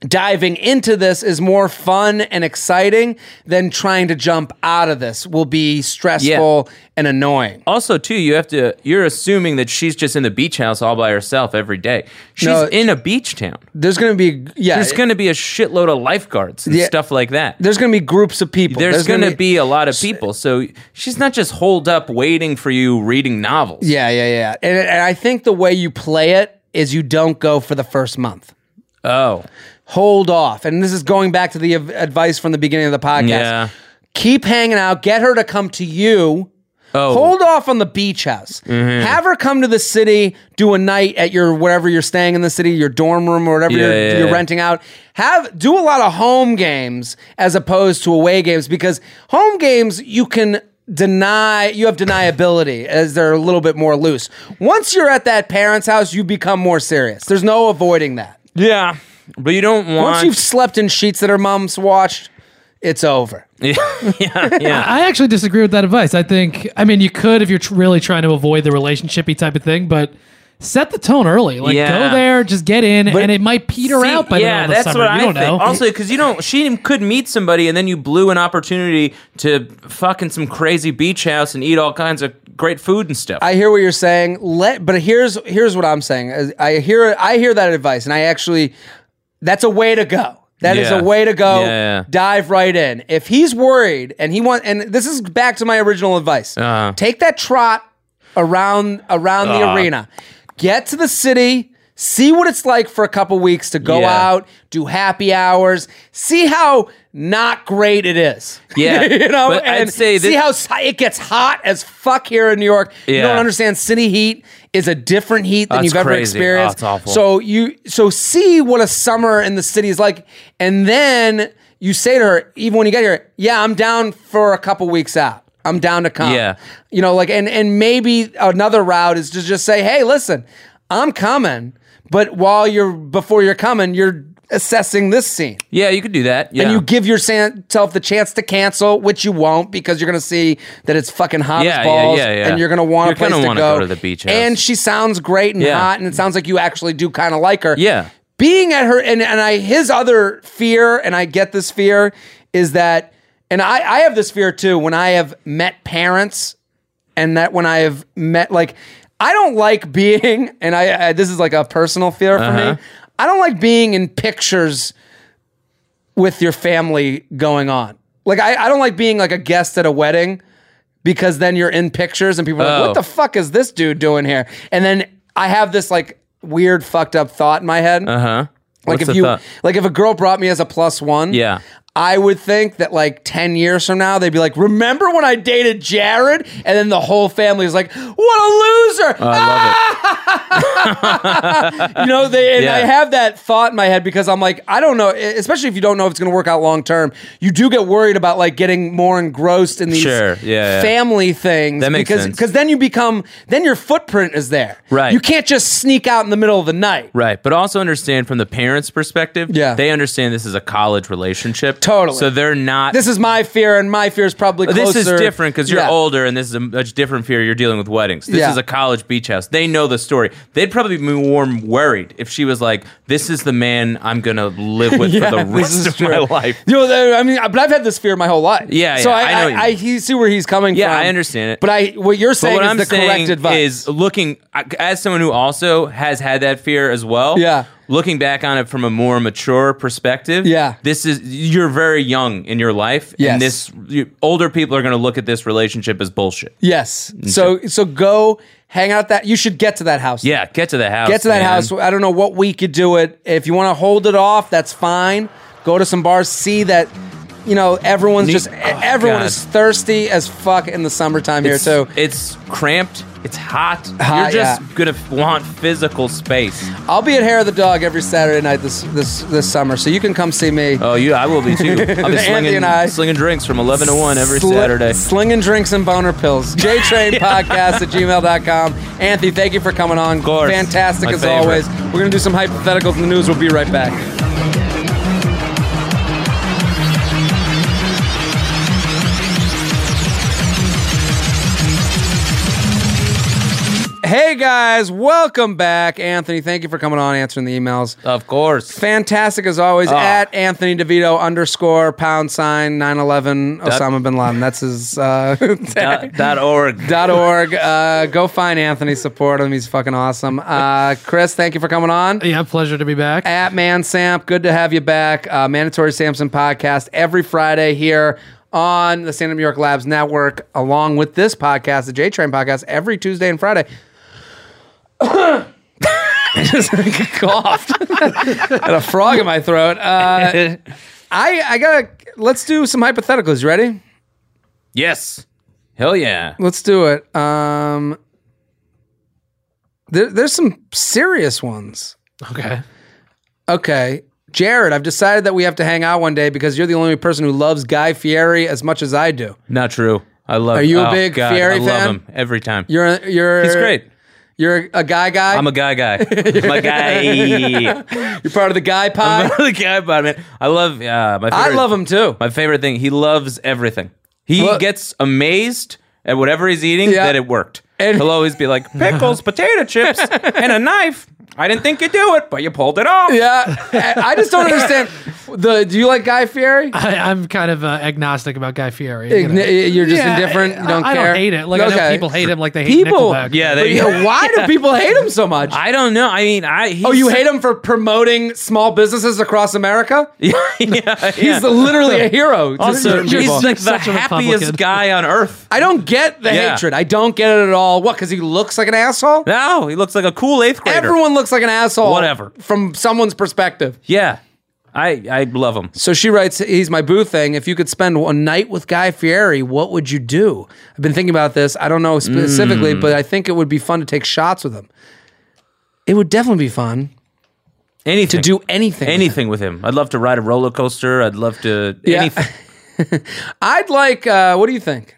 B: diving into this is more fun and exciting than trying to jump out of this will be stressful and annoying.
C: Also, too, you have to. You're assuming that she's just in the beach house all by herself every day. She's
B: No,
C: in a beach town.
B: There's going to be yeah,
C: There's going to be a shitload of lifeguards and
B: Yeah.
C: stuff like that.
B: there's going to be groups of people.
C: There's, going
B: gonna
C: to be a lot of people. So she's not just holed up waiting for you reading novels.
B: Yeah, yeah, yeah. And, and I think the way you play it is you don't go for the first month.
C: Oh,
B: Hold off. And this is going back to the av- advice from the beginning of the podcast.
C: yeah.
B: Keep hanging out. Get her to come to you.
C: Oh, Mm-hmm.
B: Hold off on the beach house. Have her come to the city, do a night at your wherever you're staying in the city, your dorm room or whatever
C: Yeah,
B: you're,
C: yeah,
B: you're
C: yeah.
B: renting out. Have do a lot of home games as opposed to away games because home games you can deny you have deniability as they're a little bit more loose. Once you're at that parents' house, you become more serious. There's no avoiding that.
C: yeah. But you don't
B: Once
C: want.
B: you've slept in sheets that her mom's watched, it's over.
C: yeah, yeah.
D: I actually disagree with that advice. I think, I mean, you could if you're tr- really trying to avoid the relationshipy type of thing, but set the tone early. Like,
C: Yeah.
D: go there, just get in, and it might peter
C: See,
D: out by the end
C: yeah,
D: of the
C: that's
D: summer.
C: what
D: you
C: I
D: don't
C: think.
D: know.
C: Also, because you don't, she could meet somebody, and then you blew an opportunity to fucking some crazy beach house and eat all kinds of great food and stuff.
B: I hear what you're saying. Let, but here's here's what I'm saying. As I hear I hear that advice, and I actually that's a way to go. That is
C: Yeah.
B: a way to go.
C: Yeah, yeah.
B: Dive right in. If he's worried and he wants, and this is back to my original advice.
C: Uh-huh.
B: Take that trot around around the arena. Get to the city. See what it's like for a couple weeks to go
C: Yeah.
B: out, do happy hours, see how not great it is.
C: Yeah,
B: you know,
C: but I'd
B: and
C: say
B: see
C: that-
B: how s- it gets hot as fuck here in New York. You
C: Yeah.
B: don't understand city heat is a different heat than
C: That's
B: you've ever
C: crazy. Oh,
B: experienced.
C: it's awful.
B: So you so see what a summer in the city is like, and then you say to her, even when you get here, yeah, I'm down for a couple weeks out. I'm down to come.
C: Yeah.
B: You know, like and and maybe another route is to just say, hey, listen, I'm coming. But while you're before you're coming, you're assessing this scene.
C: yeah, you could do that. Yeah.
B: And you give yourself the chance to cancel, which you won't because you're going to see that it's fucking hot
C: Yeah, yeah,
B: as balls,
C: yeah, yeah.
B: and you're going to want
C: You're
B: a place
C: gonna
B: to
C: wanna
B: go.
C: go to the beach house.
B: And she sounds great and
C: Yeah.
B: hot, and it sounds like you actually do kind of like her.
C: Yeah.
B: being at her and and I his other fear, and I get this fear is that, and I I have this fear too when I have met parents and that when I have met like I don't like being and I, I this is like a personal fear for
C: Uh-huh.
B: me. I don't like being in pictures with your family going on. Like I, I don't like being like a guest at a wedding because then you're in pictures and people are like,
C: Oh.
B: what the fuck is this dude doing here? And then I have this like weird fucked up thought in my head.
C: uh huh.
B: like if you like if a girl brought me as a plus one,
C: Yeah.
B: I would think that like 10 years from now, they'd be like, remember when I dated Jared? And then the whole family is like, what a loser.
C: Oh, I
B: you know, they, and
C: Yeah.
B: I have that thought in my head because I'm like, I don't know, e, especially if you don't know if it's going to work out long term, you do get worried about like getting more engrossed in these
C: Sure. Yeah, yeah.
B: family things.
C: That makes
B: because,
C: sense.
B: Because then you become, then your footprint is there.
C: Right.
B: You can't just sneak out in the middle of the night.
C: Right, but also understand from the parents' perspective.
B: Yeah.
C: they understand this is a college relationship.
B: Totally.
C: So they're not.
B: This is my fear, and my fear is probably closer.
C: This is different because you're
B: Yeah.
C: older, and this is a much different fear. You're dealing with weddings. This
B: Yeah.
C: is a college beach house. They know the story. They'd probably be more worried if she was like, "This is the man I'm gonna live with for the
B: this
C: rest
B: is
C: of my
B: true.
C: life."
B: You know, I mean, but I've had this fear my whole life.
C: Yeah,
B: So
C: yeah,
B: I,
C: I know
B: I,
C: you-
B: I, he- see where he's coming
C: Yeah,
B: from.
C: I understand it.
B: But I, what you're
C: But
B: saying
C: what
B: is
C: I'm
B: the
C: saying
B: correct advice.
C: is looking as someone who also has had that fear as well.
B: Yeah.
C: Looking back on it from a more mature perspective.
B: Yeah.
C: This is you're very young in your life,
B: Yes.
C: and this you, older people are going to look at this relationship as bullshit.
B: yes. So, so go hang out. That you should get to that house.
C: Yeah, get to the house.
B: get to that
C: man.
B: house. I don't know what week you do it. If you want to hold it off, that's fine. Go to some bars, see that you know, everyone's
C: Need-
B: just e,
C: Oh,
B: everyone
C: God.
B: is thirsty as fuck in the summertime
C: It's,
B: here too.
C: it's cramped. It's hot.
B: Hot,
C: You're just
B: yeah.
C: gonna f- want physical space.
B: I'll be at Hair of the Dog every Saturday night this this this summer, so you can come see me.
C: Oh, you! I will be too. I'll be
B: Anthony
C: slinging,
B: and I-
C: slinging drinks from eleven to one every
B: Sli-
C: Saturday.
B: Slinging drinks and boner pills. J Train Podcast at gmail.com. Anthony, thank you for coming on.
C: course.
B: Fantastic
C: My
B: as
C: favorite.
B: always. We're going to do some hypotheticals in the news. We'll be right back. Hey guys, welcome back. Anthony, thank you for coming on, answering the emails.
C: Of course.
B: Fantastic as always at Anthony DeVito underscore pound sign 911 Osama bin Laden. That's his uh,
C: Dot, dot org.
B: dot org. Uh, go find Anthony, support him. He's fucking awesome. Uh, Chris, thank you for coming on.
D: Yeah, pleasure to be back.
B: At Man Samp, good to have you back. Uh, Mandatory Samson podcast every Friday here on the Stand Up New York Labs Network, along with this podcast, the J Train podcast, every Tuesday and Friday. Just coughed. Had a frog in my throat. Uh, I I gotta let's do some hypotheticals. You ready?
C: Yes. Hell yeah.
B: Let's do it. Um, there, there's some serious ones.
D: Okay.
B: Okay. Jared, I've decided that we have to hang out one day because you're the only person who loves Guy Fieri as much as I do.
C: Not true. I love.
B: Are you a
C: oh,
B: big
C: God,
B: Fieri
C: I love
B: fan?
C: him every time.
B: You're a- you're
C: He's great.
B: You're a guy guy.
C: I'm a guy guy. I'm a guy.
B: you're part of the guy pie.
C: I'm a guy about it. man. I love. Uh, my favorite,
B: I love him too.
C: My favorite thing. He loves everything. He
B: Well-
C: gets amazed at whatever he's eating
B: Yeah.
C: that it worked.
B: And-
C: He'll always be like pickles, potato chips, and a knife. I didn't think you'd do it, but you pulled it off.
B: Yeah, I- I just don't understand. The do you like Guy Fieri?
D: I, I'm kind of uh, agnostic about Guy Fieri. you know.
B: Ign- You're just
D: Yeah,
B: indifferent. You don't
D: I,
B: care.
D: I don't hate it. Like I know
B: Okay.
D: people hate him, like they hate
B: People-
D: Nickelback.
C: Yeah,
B: But,
C: they,
B: you know, why do people hate him so much?
C: I don't know. I mean, I. He's,
B: oh, you hate him for promoting small businesses across America?
C: yeah,
B: He's literally a hero. to
C: also
B: certain people.
C: he's like the
D: Such a Republican.
C: happiest guy on earth.
B: I don't get the
C: Yeah.
B: hatred. I don't get it at all. What? Because he looks like an asshole.
C: No, he looks like a cool eighth grader.
B: Everyone looks like an asshole.
C: Whatever.
B: From someone's perspective.
C: Yeah, I I love him.
B: So she writes, he's my boo thing. If you could spend one night with Guy Fieri, what would you do? I've been thinking about this. I don't know specifically,
C: Mm.
B: but I think it would be fun to take shots with him. It would definitely be fun
C: Anything
B: to do anything. with him.
C: anything with him. I'd love to ride a roller coaster. I'd love to
B: Yeah.
C: anything.
B: I'd like, uh, what do you think?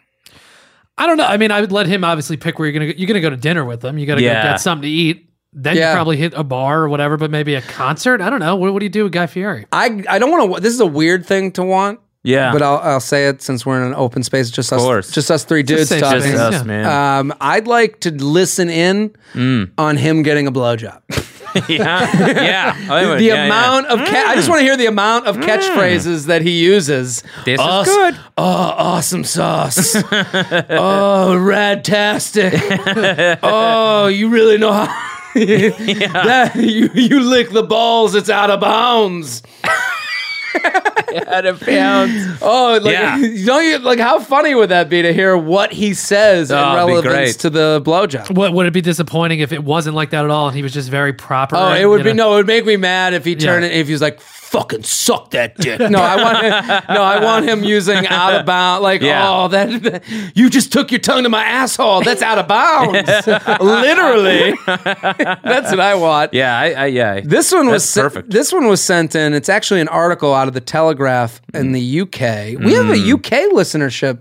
D: I don't know. I mean, I would let him obviously pick where you're gonna go. you're gonna go to dinner with him. You gotta
C: Yeah.
D: go get something to eat. Then
B: Yeah.
D: you probably hit a bar or whatever, but maybe a concert. I don't know. What, what do you do with Guy Fieri?
B: I, I don't want to, this is a weird thing to want.
C: Yeah,
B: But I'll, I'll say it since we're in an open space, just us,
C: course.
B: just us three dudes
D: safe
B: talking.
C: just
D: Yeah.
C: us, man.
B: Um, I'd like to listen in
C: Mm.
B: on him getting a blowjob.
C: yeah, yeah. I would.
B: The
C: Yeah, yeah.
B: amount of ca- I just want to hear the amount of catchphrases that he uses.
C: This is good.
B: Oh, awesome sauce. oh, radtastic. oh, you really know how. That- you you lick the balls. It's out of bounds.
C: out of bounds.
B: Oh, like,
C: Yeah.
B: don't you like? How funny would that be to hear what he says
C: Oh,
B: in
C: it'd be
B: relevance
C: great.
B: to the blowjob?
D: What would it be disappointing if it wasn't like that at all, and he was just very proper?
B: Oh,
D: and,
B: it would
D: you
B: be
D: know-
B: no. It would make me mad if he turned it. If he was like, "Fucking suck that dick." no, I want. No, I want him using out of bounds. Like,
C: Yeah.
B: oh, that, that- you just took your tongue to my asshole. That's out of bounds. Literally, that's what I want.
C: Yeah, I, I yeah.
B: This one was
C: That's
B: sen-
C: perfect.
B: This one was sent in. It's actually an article out of the Telegraph in the UK. We have a UK listenership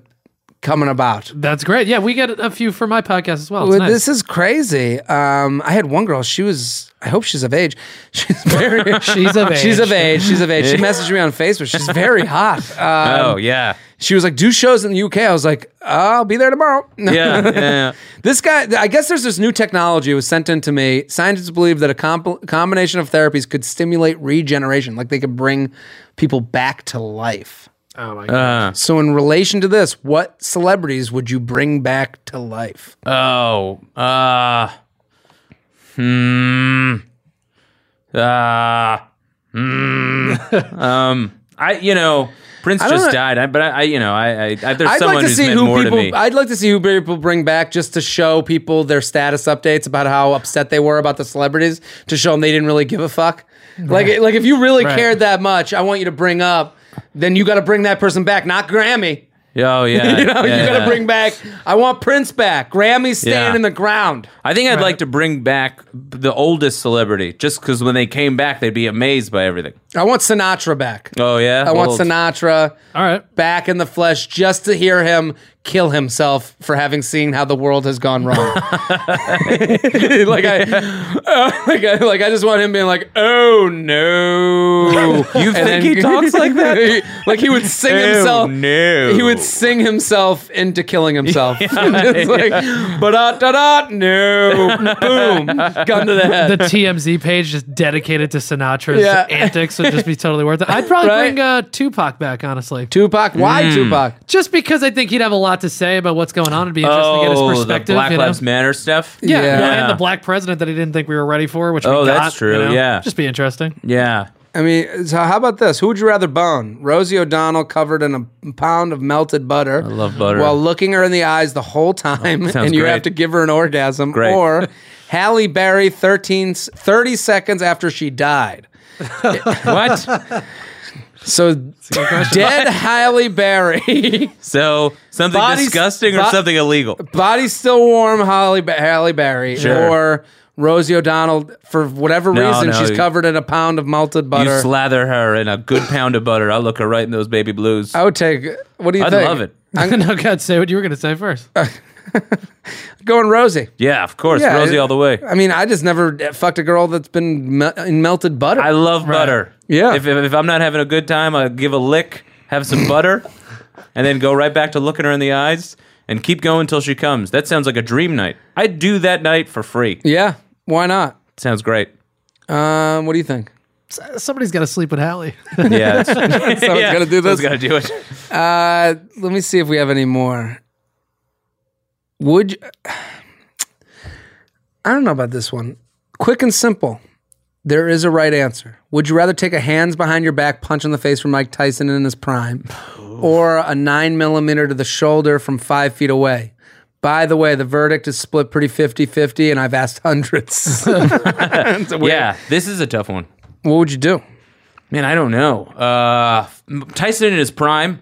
B: coming about.
D: That's great. Yeah, we get a few for my podcast as well. It's
B: Well,
D: nice.
B: This is crazy. Um, I had one girl. She was. I hope she's of age. She's very.
D: She's of age.
B: She's of age. She's of age. She messaged me on Facebook. She's very hot. Uh,
C: oh yeah,
B: She was like, "Do shows in the UK." I was like, "I'll be there tomorrow."
C: yeah, yeah, yeah.
B: This guy, I guess there's this new technology. It was sent in to me. Scientists believe that a comp- combination of therapies could stimulate regeneration, like they could bring people back to life.
D: oh my god.
B: So, in relation to this, what celebrities would you bring back to life?
C: Oh, uh, hmm, uh, hmm, um, I, you know, Prince
B: don't
C: just
B: know.
C: died, I, but I, I, you know, I, I, I there's
B: I'd
C: someone
B: like to
C: who's
B: see
C: meant
B: who
C: more to me.
B: people. I'd like to see who people bring back just to show people their status updates about how upset they were about the celebrities to show them they didn't really give a fuck. Like, like if you really
D: Right.
B: cared that much, I want you to bring up then you got to bring that person back, not Grammy.
C: Oh yeah,
B: You know, you
C: yeah,
B: got to
C: yeah.
B: bring back. I want Prince back. Grammy's staying
C: Yeah.
B: in the ground.
C: I think I'd like to bring back the oldest celebrity, just because when they came back, they'd be amazed by everything.
B: I want Sinatra back.
C: Oh yeah,
B: I want
C: Old.
B: Sinatra
D: All right.
B: back in the flesh just to hear him kill himself for having seen how the world has gone wrong. like I, uh, like I, like I just want him being like, oh no.
C: You
B: And
C: think he talks like that?
B: like he would sing
C: Oh,
B: himself.
C: no.
B: He would sing himself into killing himself. it's like, but da da no, boom, gun to the head.
D: The TMZ page just dedicated to Sinatra's
B: Yeah.
D: antics would just be totally worth it. I'd probably
B: Right?
D: bring uh, Tupac back, honestly.
B: Tupac, why
C: Hmm.
B: Tupac?
D: Just because I think he'd have a lot to say about what's going on. It'd be interesting to get
C: Oh,
D: his
C: the
D: perspective.
C: Black
D: you know?
C: Lives Matter stuff.
D: Yeah,
B: Yeah.
D: well, and
C: Yeah.
D: the black president that he didn't think we were ready for, which we
C: Oh, that's
D: got, you
C: true,
D: know?
C: yeah.
D: just be interesting.
C: yeah.
B: I mean, so how about this? Who would you rather bone? Rosie O'Donnell covered in a pound of melted butter. I
C: love butter. Oh,
B: While looking her in the eyes the whole time,
C: sounds
B: and you
C: great.
B: have to give her an orgasm.
C: Great.
B: Or Halle Berry 13, 30 seconds after she died.
C: What?
B: So dead Halle Berry,
C: so something
B: Bodies-
C: disgusting or
B: bo-
C: something illegal?
B: body still warm, Halle, Ba- Halle Berry.
C: Sure.
B: Or Rosie O'Donnell, for whatever
C: No,
B: reason,
C: no,
B: she's
C: you-
B: covered in a pound of melted
C: You
B: butter.
C: slather her in a good pound of butter. I'll look her right in those baby blues.
B: I would take, what do you
C: I'd
B: think?
C: love it.
D: no, God, say what you were going to say first.
B: Uh, Going Rosie.
C: Yeah, of course,
B: Yeah,
C: Rosie
B: it-
C: all the way.
B: I mean, I just never eh, fucked a girl that's been mel- in melted butter.
C: I love butter.
B: Yeah.
C: If, if, if I'm not having a good time, I give a lick, have some butter, and then go right back to looking her in the eyes and keep going till she comes. That sounds like a dream night. I'd do that night for free.
B: yeah, why not?
C: Sounds great.
B: Um, what do you think?
D: Somebody's got to sleep with Hallie.
C: Yeah. Someone's
B: Someone's gonna do this.
C: Someone's to do it.
B: Uh, let me see if we have any more. Would you, I don't know about this one. Quick and simple. There is a right answer. Would you rather take a hands behind your back punch in the face from Mike Tyson in his prime, or a nine millimeter to the shoulder from five feet away? By the way, the verdict is split pretty 50 50, and I've asked hundreds.
C: Yeah, this is a tough one.
B: What would you do?
C: Man, I don't know. Uh, Tyson in his prime.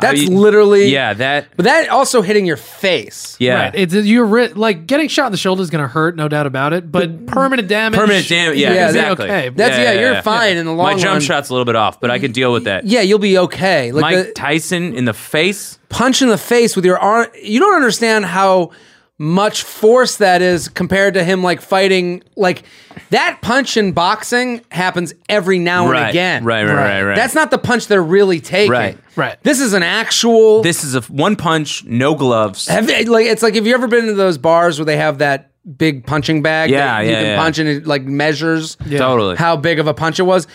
B: That's
C: you-
B: literally
C: Yeah, that.
B: But that also hitting your face.
C: Yeah.
D: Right. It's you're ri- like getting shot in the shoulder is going to hurt, no doubt about it. But permanent damage.
C: Permanent damage. Yeah,
B: Yeah,
D: is
C: exactly.
D: Okay.
B: That's- yeah, you're fine in the long
C: My jump
B: run.
C: shot's a little bit off, but I can deal with that.
B: Yeah, you'll be okay. Like
C: Mike
B: the
C: Tyson in the face.
B: punch in the face with your arm. You don't understand how much force that is compared to him like fighting like that punch in boxing happens every now and
C: Right.
B: again.
C: Right, right, right, right.
B: That's not the punch they're really taking.
C: Right.
D: Right.
B: This is an actual
C: This is a f- one punch, no gloves.
B: Have you- like it's like have you ever been to those bars where they have that big punching bag?
C: Yeah,
B: that you
C: yeah,
B: can
C: yeah.
B: punch and it like measures
C: Totally.
B: how big of a punch it was.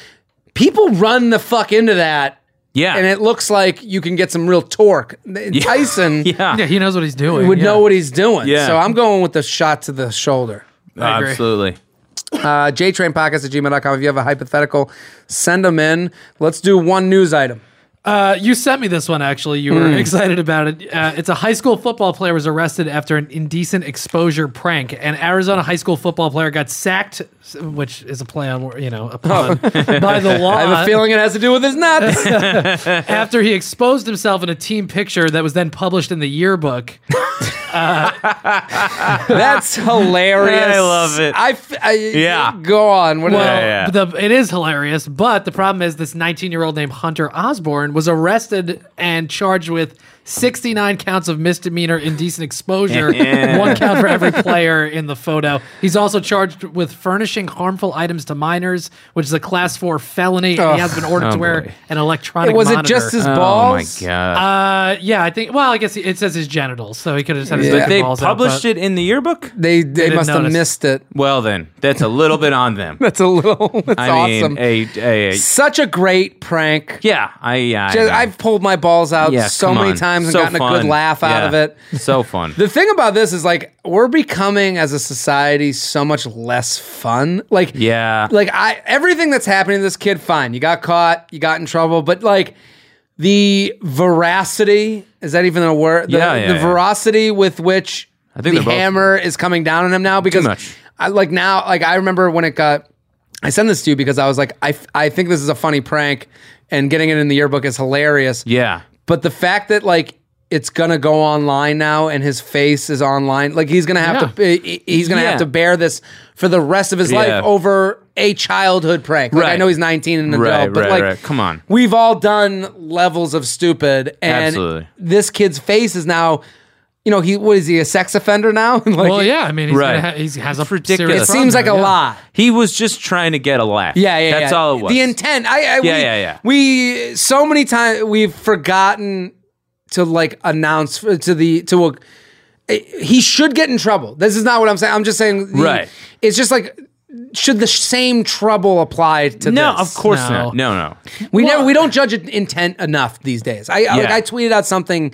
B: People run the fuck into that,
C: yeah.
B: and it looks like you can get some real torque. Tyson
C: yeah.
D: Yeah, he knows what he's doing.
B: would
D: yeah.
B: know what he's doing.
C: Yeah.
B: So I'm going with the shot to the shoulder.
D: agree.
C: Absolutely.
B: Uh, JTrainPodcast at gmail.com. If you have a hypothetical, send them in. Let's do one news item.
D: Uh, you sent me this one actually. You
B: Hmm.
D: were excited about it. Uh, it's a high school football player was arrested after an indecent exposure prank. An Arizona high school football player got sacked, which is a play on you know a pun by the law.
B: I
C: Uh,
B: have a feeling it has to do with his nuts.
D: after he exposed himself in a team picture that was then published in the yearbook.
B: That's hilarious.
C: I love it.
B: I, f- I-
C: Yeah.
B: Go on. What
D: Well,
B: else?
C: yeah.
D: the- it is hilarious, but the problem is this 19 year old named Hunter Osborne was arrested and charged with 69 counts of misdemeanor indecent exposure, one count for every player in the photo. He's also charged with furnishing harmful items to minors, which is a class four felony, and he has been ordered to
C: Oh,
D: wear
C: boy.
D: an electronic
B: was
D: monitor.
B: it just his
C: Oh my
B: balls?
C: god.
D: Uh, yeah, I think. Well, I guess it says his genitals, so he could have just had his
B: But
D: dick
C: but
D: and
C: they
D: balls out,
C: published
D: but-
C: it in the yearbook?
B: They they,
D: didn't
B: must have
D: notice.
B: missed it.
C: Well then, that's a little bit on them.
B: That's a little. That's
C: I mean,
B: awesome.
C: a, a, a-
B: Such a great prank.
C: yeah, I yeah. I
B: Just-
C: know.
B: I've pulled my balls out
C: yeah,
B: so
C: come
B: many
C: on.
B: times and
C: So
B: gotten a
C: fun.
B: good laugh out
C: Yeah.
B: of it.
C: So fun.
B: The thing about this is like we're becoming as a society so much less fun. Like
C: Yeah.
B: like I everything that's happening to this kid, fine. You got caught, you got in trouble, but like the veracity is that even a word? The,
C: Yeah, yeah,
B: the
C: yeah.
B: veracity with which I
C: think
B: the
C: they're both-
B: hammer is coming down on him now because
C: much.
B: I like now like I remember when it got I sent this to you because I was like I, I think this is a funny prank and getting it in the yearbook is hilarious.
C: Yeah.
B: But the fact that like it's gonna go online now, and his face is online, like he's gonna have to he- he's gonna
C: Yeah.
B: have to bear this for the rest of his
C: Yeah.
B: life over a childhood prank. Like, I
C: Right.
B: know he's 19 and an
C: Right,
B: adult, but
C: right,
B: like,
C: right. Come on.
B: we've all done levels of stupid, and
C: Absolutely.
B: this kid's face is now. You know, he what is he a sex offender now? like,
D: well, yeah. I mean, he's
C: Right.
D: gonna ha- he has a
C: ridiculous.
D: serious
B: it seems like a
D: problem, yeah.
B: lot.
C: He was just trying to get a laugh.
B: Yeah, yeah,
C: That's
B: yeah.
C: all it was.
B: The intent. I, I yeah, we,
C: yeah, yeah.
B: We so many times we've forgotten to like announce uh, to the to a. eh, He should get in trouble. This is not what I'm saying. I'm just saying. the-
C: Right.
B: It's just like. Should the same trouble apply to
C: no,
B: this?
C: of course
D: No.
C: not. No, no.
B: We never we don't judge intent enough these days. I like,
C: Yeah.
B: I tweeted out something.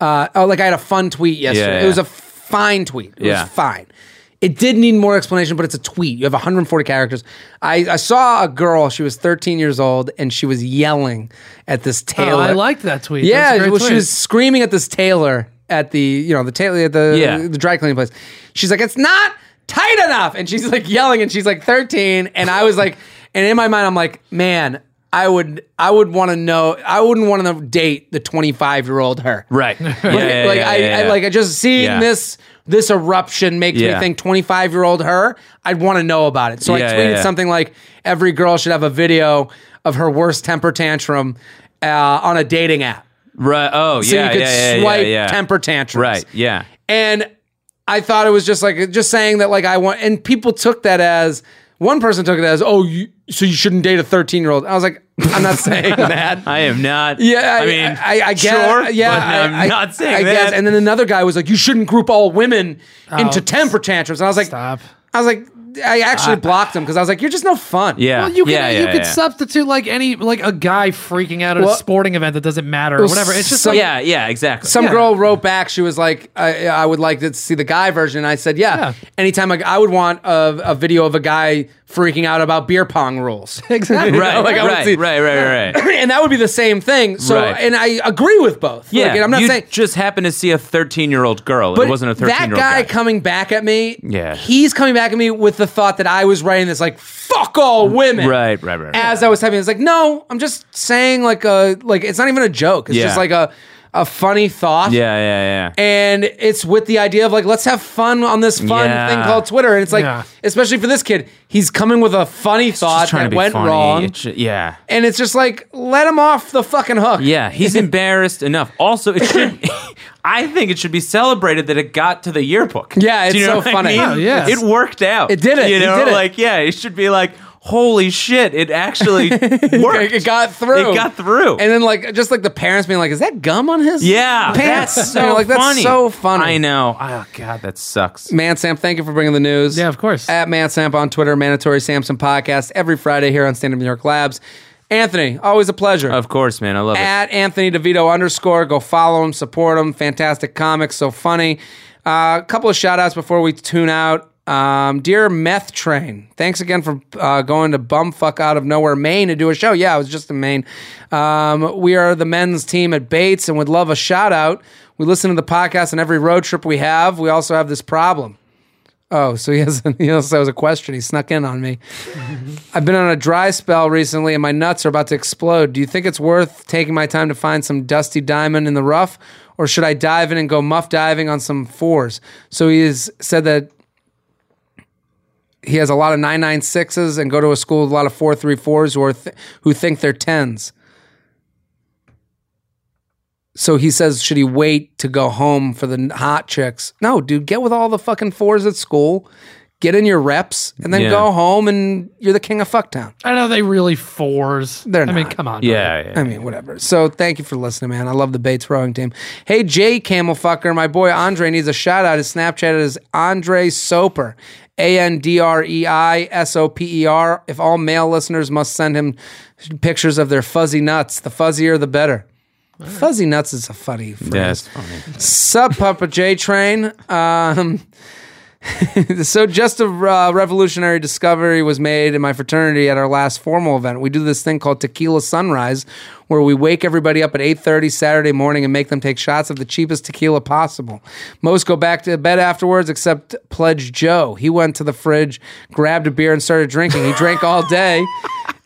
B: Uh, oh, like I had a fun tweet yesterday.
C: Yeah,
B: It was
C: yeah.
B: a fine tweet. It
C: Yeah.
B: was fine. It did need more explanation, but it's a tweet. You have 140 characters. I, I saw a girl. She was 13 years old, and she was yelling at this tailor.
D: Oh, I liked that tweet. That's a
B: Yeah,
D: great
B: well, she
D: tweet.
B: was screaming at this tailor at the you know the tailor at the
C: Yeah.
B: the dry cleaning place. She's like, "It's not tight enough," and she's like yelling, and she's like 13, and I was like, and in my mind, I'm like, man. I would, I would want to know. I wouldn't want to date the 25 year old her.
C: Right. Yeah,
B: Like,
C: yeah,
B: like
C: yeah,
B: I,
C: yeah,
B: I,
C: yeah.
B: like I just seeing
C: Yeah.
B: this, this eruption makes
C: Yeah.
B: me think 25 year old her. I'd want to know about it. So I
C: Yeah,
B: tweeted
C: yeah, yeah.
B: something like, every girl should have a video of her worst temper tantrum uh, on a dating app
C: Right. Oh,
B: so
C: yeah.
B: you could
C: yeah, yeah, yeah,
B: swipe
C: yeah.
B: temper tantrums.
C: Right. Yeah.
B: And I thought it was just like just saying that like I want and people took that as one person took it as, oh, you, so you shouldn't date a 13 year old. I was like, I'm not saying that.
C: I am not.
B: Yeah, I,
C: I mean,
B: I, I, guess.
C: sure,
B: yeah,
C: but I'm
B: I, I-
C: not saying
B: I
C: that.
B: guess. And then another guy was like, "You shouldn't group all women into temper tantrums." And I was like,
D: Stop.
B: I was like, I actually blocked him because I was like, "You're just no fun."
C: yeah.
D: Well, you can
C: yeah,
D: you
C: yeah,
D: could
C: yeah.
D: substitute like any like a guy freaking out at
B: Well-
D: a sporting event that doesn't matter or
B: Well,
D: whatever. It's just
B: some-
D: like
C: Yeah. Yeah. Exactly.
B: Some girl wrote back. She was like, I, "I would like to see the guy version." And I said, "Yeah,
D: Yeah.
B: anytime I, I would want a, a video of a guy freaking out about beer pong rules."
D: exactly.
B: You know,
C: Right.
B: like, I would
C: right,
B: see-
C: right. Right. Right. Right.
B: and that would be the same thing. So,
C: Right.
B: and I agree with both.
C: Yeah.
B: Like, and I'm not
C: you
B: saying
C: just happened to see a 13 year old girl.
B: but
C: it wasn't a 13 year
B: that
C: old
B: guy,
C: guy.
B: coming back at me.
C: Yeah.
B: he's coming back at me with the thought that I was writing this like "fuck all women."
C: Mm, Right, right, right, right.
B: As I was typing, it's like, no, I'm just saying like a like it's not even a joke. It's
C: Yeah.
B: just like a a funny thought.
C: yeah. Yeah. Yeah.
B: and it's with the idea of like let's have fun on this fun
C: Yeah.
B: thing called Twitter. And it's like,
D: Yeah.
B: especially for this kid, he's coming with a funny thought
C: Just trying to
B: that
C: be
B: went
C: funny.
B: wrong,
C: It's ju- yeah.
B: and it's just like let him off the fucking hook.
C: Yeah, he's embarrassed enough. Also, it should. I think it should be celebrated that it got to the yearbook.
B: Yeah, it's
C: Do you know
B: so
C: what I
B: funny.
C: mean?
B: Oh,
D: yes.
C: It worked out.
B: It did it.
C: You
B: It
C: know,
B: did it.
C: like yeah, it should be like, holy shit, it actually worked.
B: It got through.
C: It got through.
B: And then like just like the parents being like, is that gum on his
C: yeah,
B: pants?
C: that's
B: You
C: so
B: know, like that's
C: funny.
B: so funny.
C: I know. Oh god, that sucks.
B: Man Samp, thank you for bringing the news.
D: Yeah, of course.
B: At Man Samp on Twitter, Mandatory Samson Podcast, every Friday here on Stand Up New York Labs. Anthony, always a pleasure.
C: Of course, man. I love it.
B: at Anthony DeVito underscore. Go follow him, support him. Fantastic comics, so funny. A couple of shout outs before we tune out. Um, dear Meth Train, thanks again for uh, going to bumfuck out of nowhere, Maine to do a show. Yeah, I was just in Maine. Um, we are the men's team at Bates and would love a shout out. We listen to the podcast on every road trip we have. We also have this problem. Oh, so he has, he also has a question. He snuck in on me. I've been on a dry spell recently and my nuts are about to explode. Do you think it's worth taking my time to find some dusty diamond in the rough, or should I dive in and go muff diving on some fours? So he has said that he has a lot of 996s and go to a school with a lot of 434s who, are th- who think they're 10s. So he says, should he wait to go home for the n- hot chicks? No, dude, get with all the fucking fours at school, get in your reps, and then
C: Yeah.
B: go home, and you're the king of fucktown.
D: I know they really fours.
B: They're
D: I mean,
B: not.
D: come on.
C: Yeah, yeah.
B: I mean, whatever. So thank you for listening, man. I love the Bates rowing team. Hey, Jay Camel fucker, my boy Andre needs a shout out. His Snapchat is Andre Soper, A N D R E I S O P E R. If all male listeners must send him pictures of their fuzzy nuts, the fuzzier the better. Fuzzy nuts is a funny phrase.
C: That's funny.
B: Sup, Papa J Train. Um, so just a uh, revolutionary discovery was made in my fraternity at our last formal event. We do this thing called Tequila Sunrise, where we wake everybody up at 8.30 Saturday morning and make them take shots of the cheapest tequila possible. Most go back to bed afterwards except Pledge Joe. He went to the fridge, grabbed a beer, and started drinking. He drank all day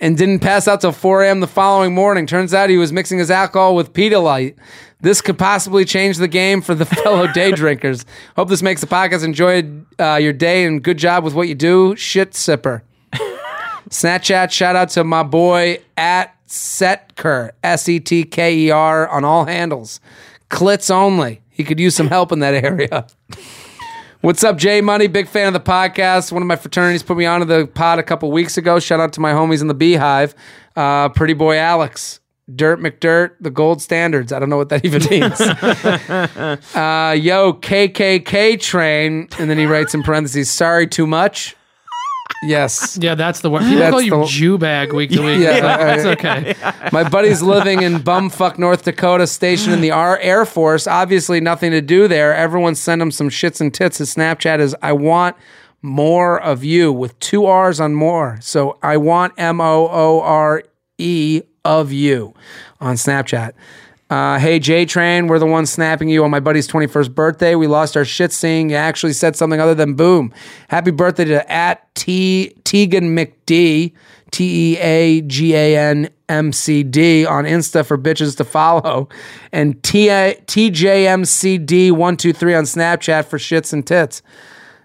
B: and didn't pass out till 4 a.m. the following morning. Turns out he was mixing his alcohol with Pita Light. This could possibly change the game for the fellow day drinkers. Hope this makes the podcast. Enjoy uh, your day and good job with what you do. Shit sipper. Snapchat, shout out to my boy at Setker, S E T K E R, on all handles. Clits only. He could use some help in that area. What's up, Jay Money? Big fan of the podcast. One of my fraternities put me onto the pod a couple weeks ago. Shout out to my homies in the Beehive. Uh, pretty boy Alex, Dirt McDirt, the gold standards. I don't know what that even means. uh, yo, KKK train. And then he writes in parentheses, sorry, too much. Yes.
D: Yeah, that's the word. People
B: That's
D: call you
B: the-
D: Jew bag week to week.
B: Yeah.
D: but that's okay.
B: My buddy's living in bumfuck North Dakota, stationed in the R Air Force. Obviously, nothing to do there. Everyone send him some shits and tits. His Snapchat is I want more of you with two R's on more. So I want M O O R E of you on Snapchat. Uh, hey J Train, we're the ones snapping you on my buddy's 21st birthday. We lost our shit seeing you actually said something other than boom. Happy birthday to at T Tegan McD, T E A G A N M C D on Insta for bitches to follow, and T A T J M C D 123 on Snapchat for shits and tits.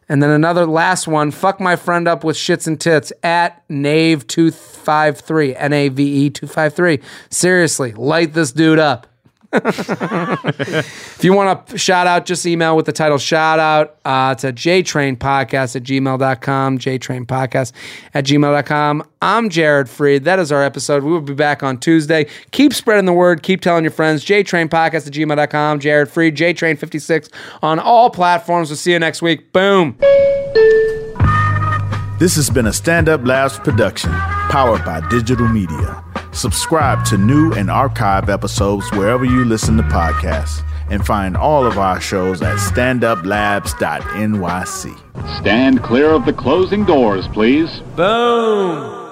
B: And then another last one, fuck my friend up with shits and tits at Nave253, N A V E 253. Seriously, light this dude up. if you want a shout out, just email with the title shout out uh, to jtrainpodcast at gmail.com, jtrainpodcast at gmail.com. I'm Jared Freed. That is our episode. We will be back on Tuesday. Keep spreading the word. Keep telling your friends. jtrainpodcast at gmail.com, Jared Freed, jtrain56 on all platforms. We'll see you next week. Boom.
G: This has been a Stand Up Labs production, powered by digital media. Subscribe to new and archive episodes wherever you listen to podcasts, and find all of our shows at standuplabs.nyc.
H: Stand clear of the closing doors, please.
C: Boom.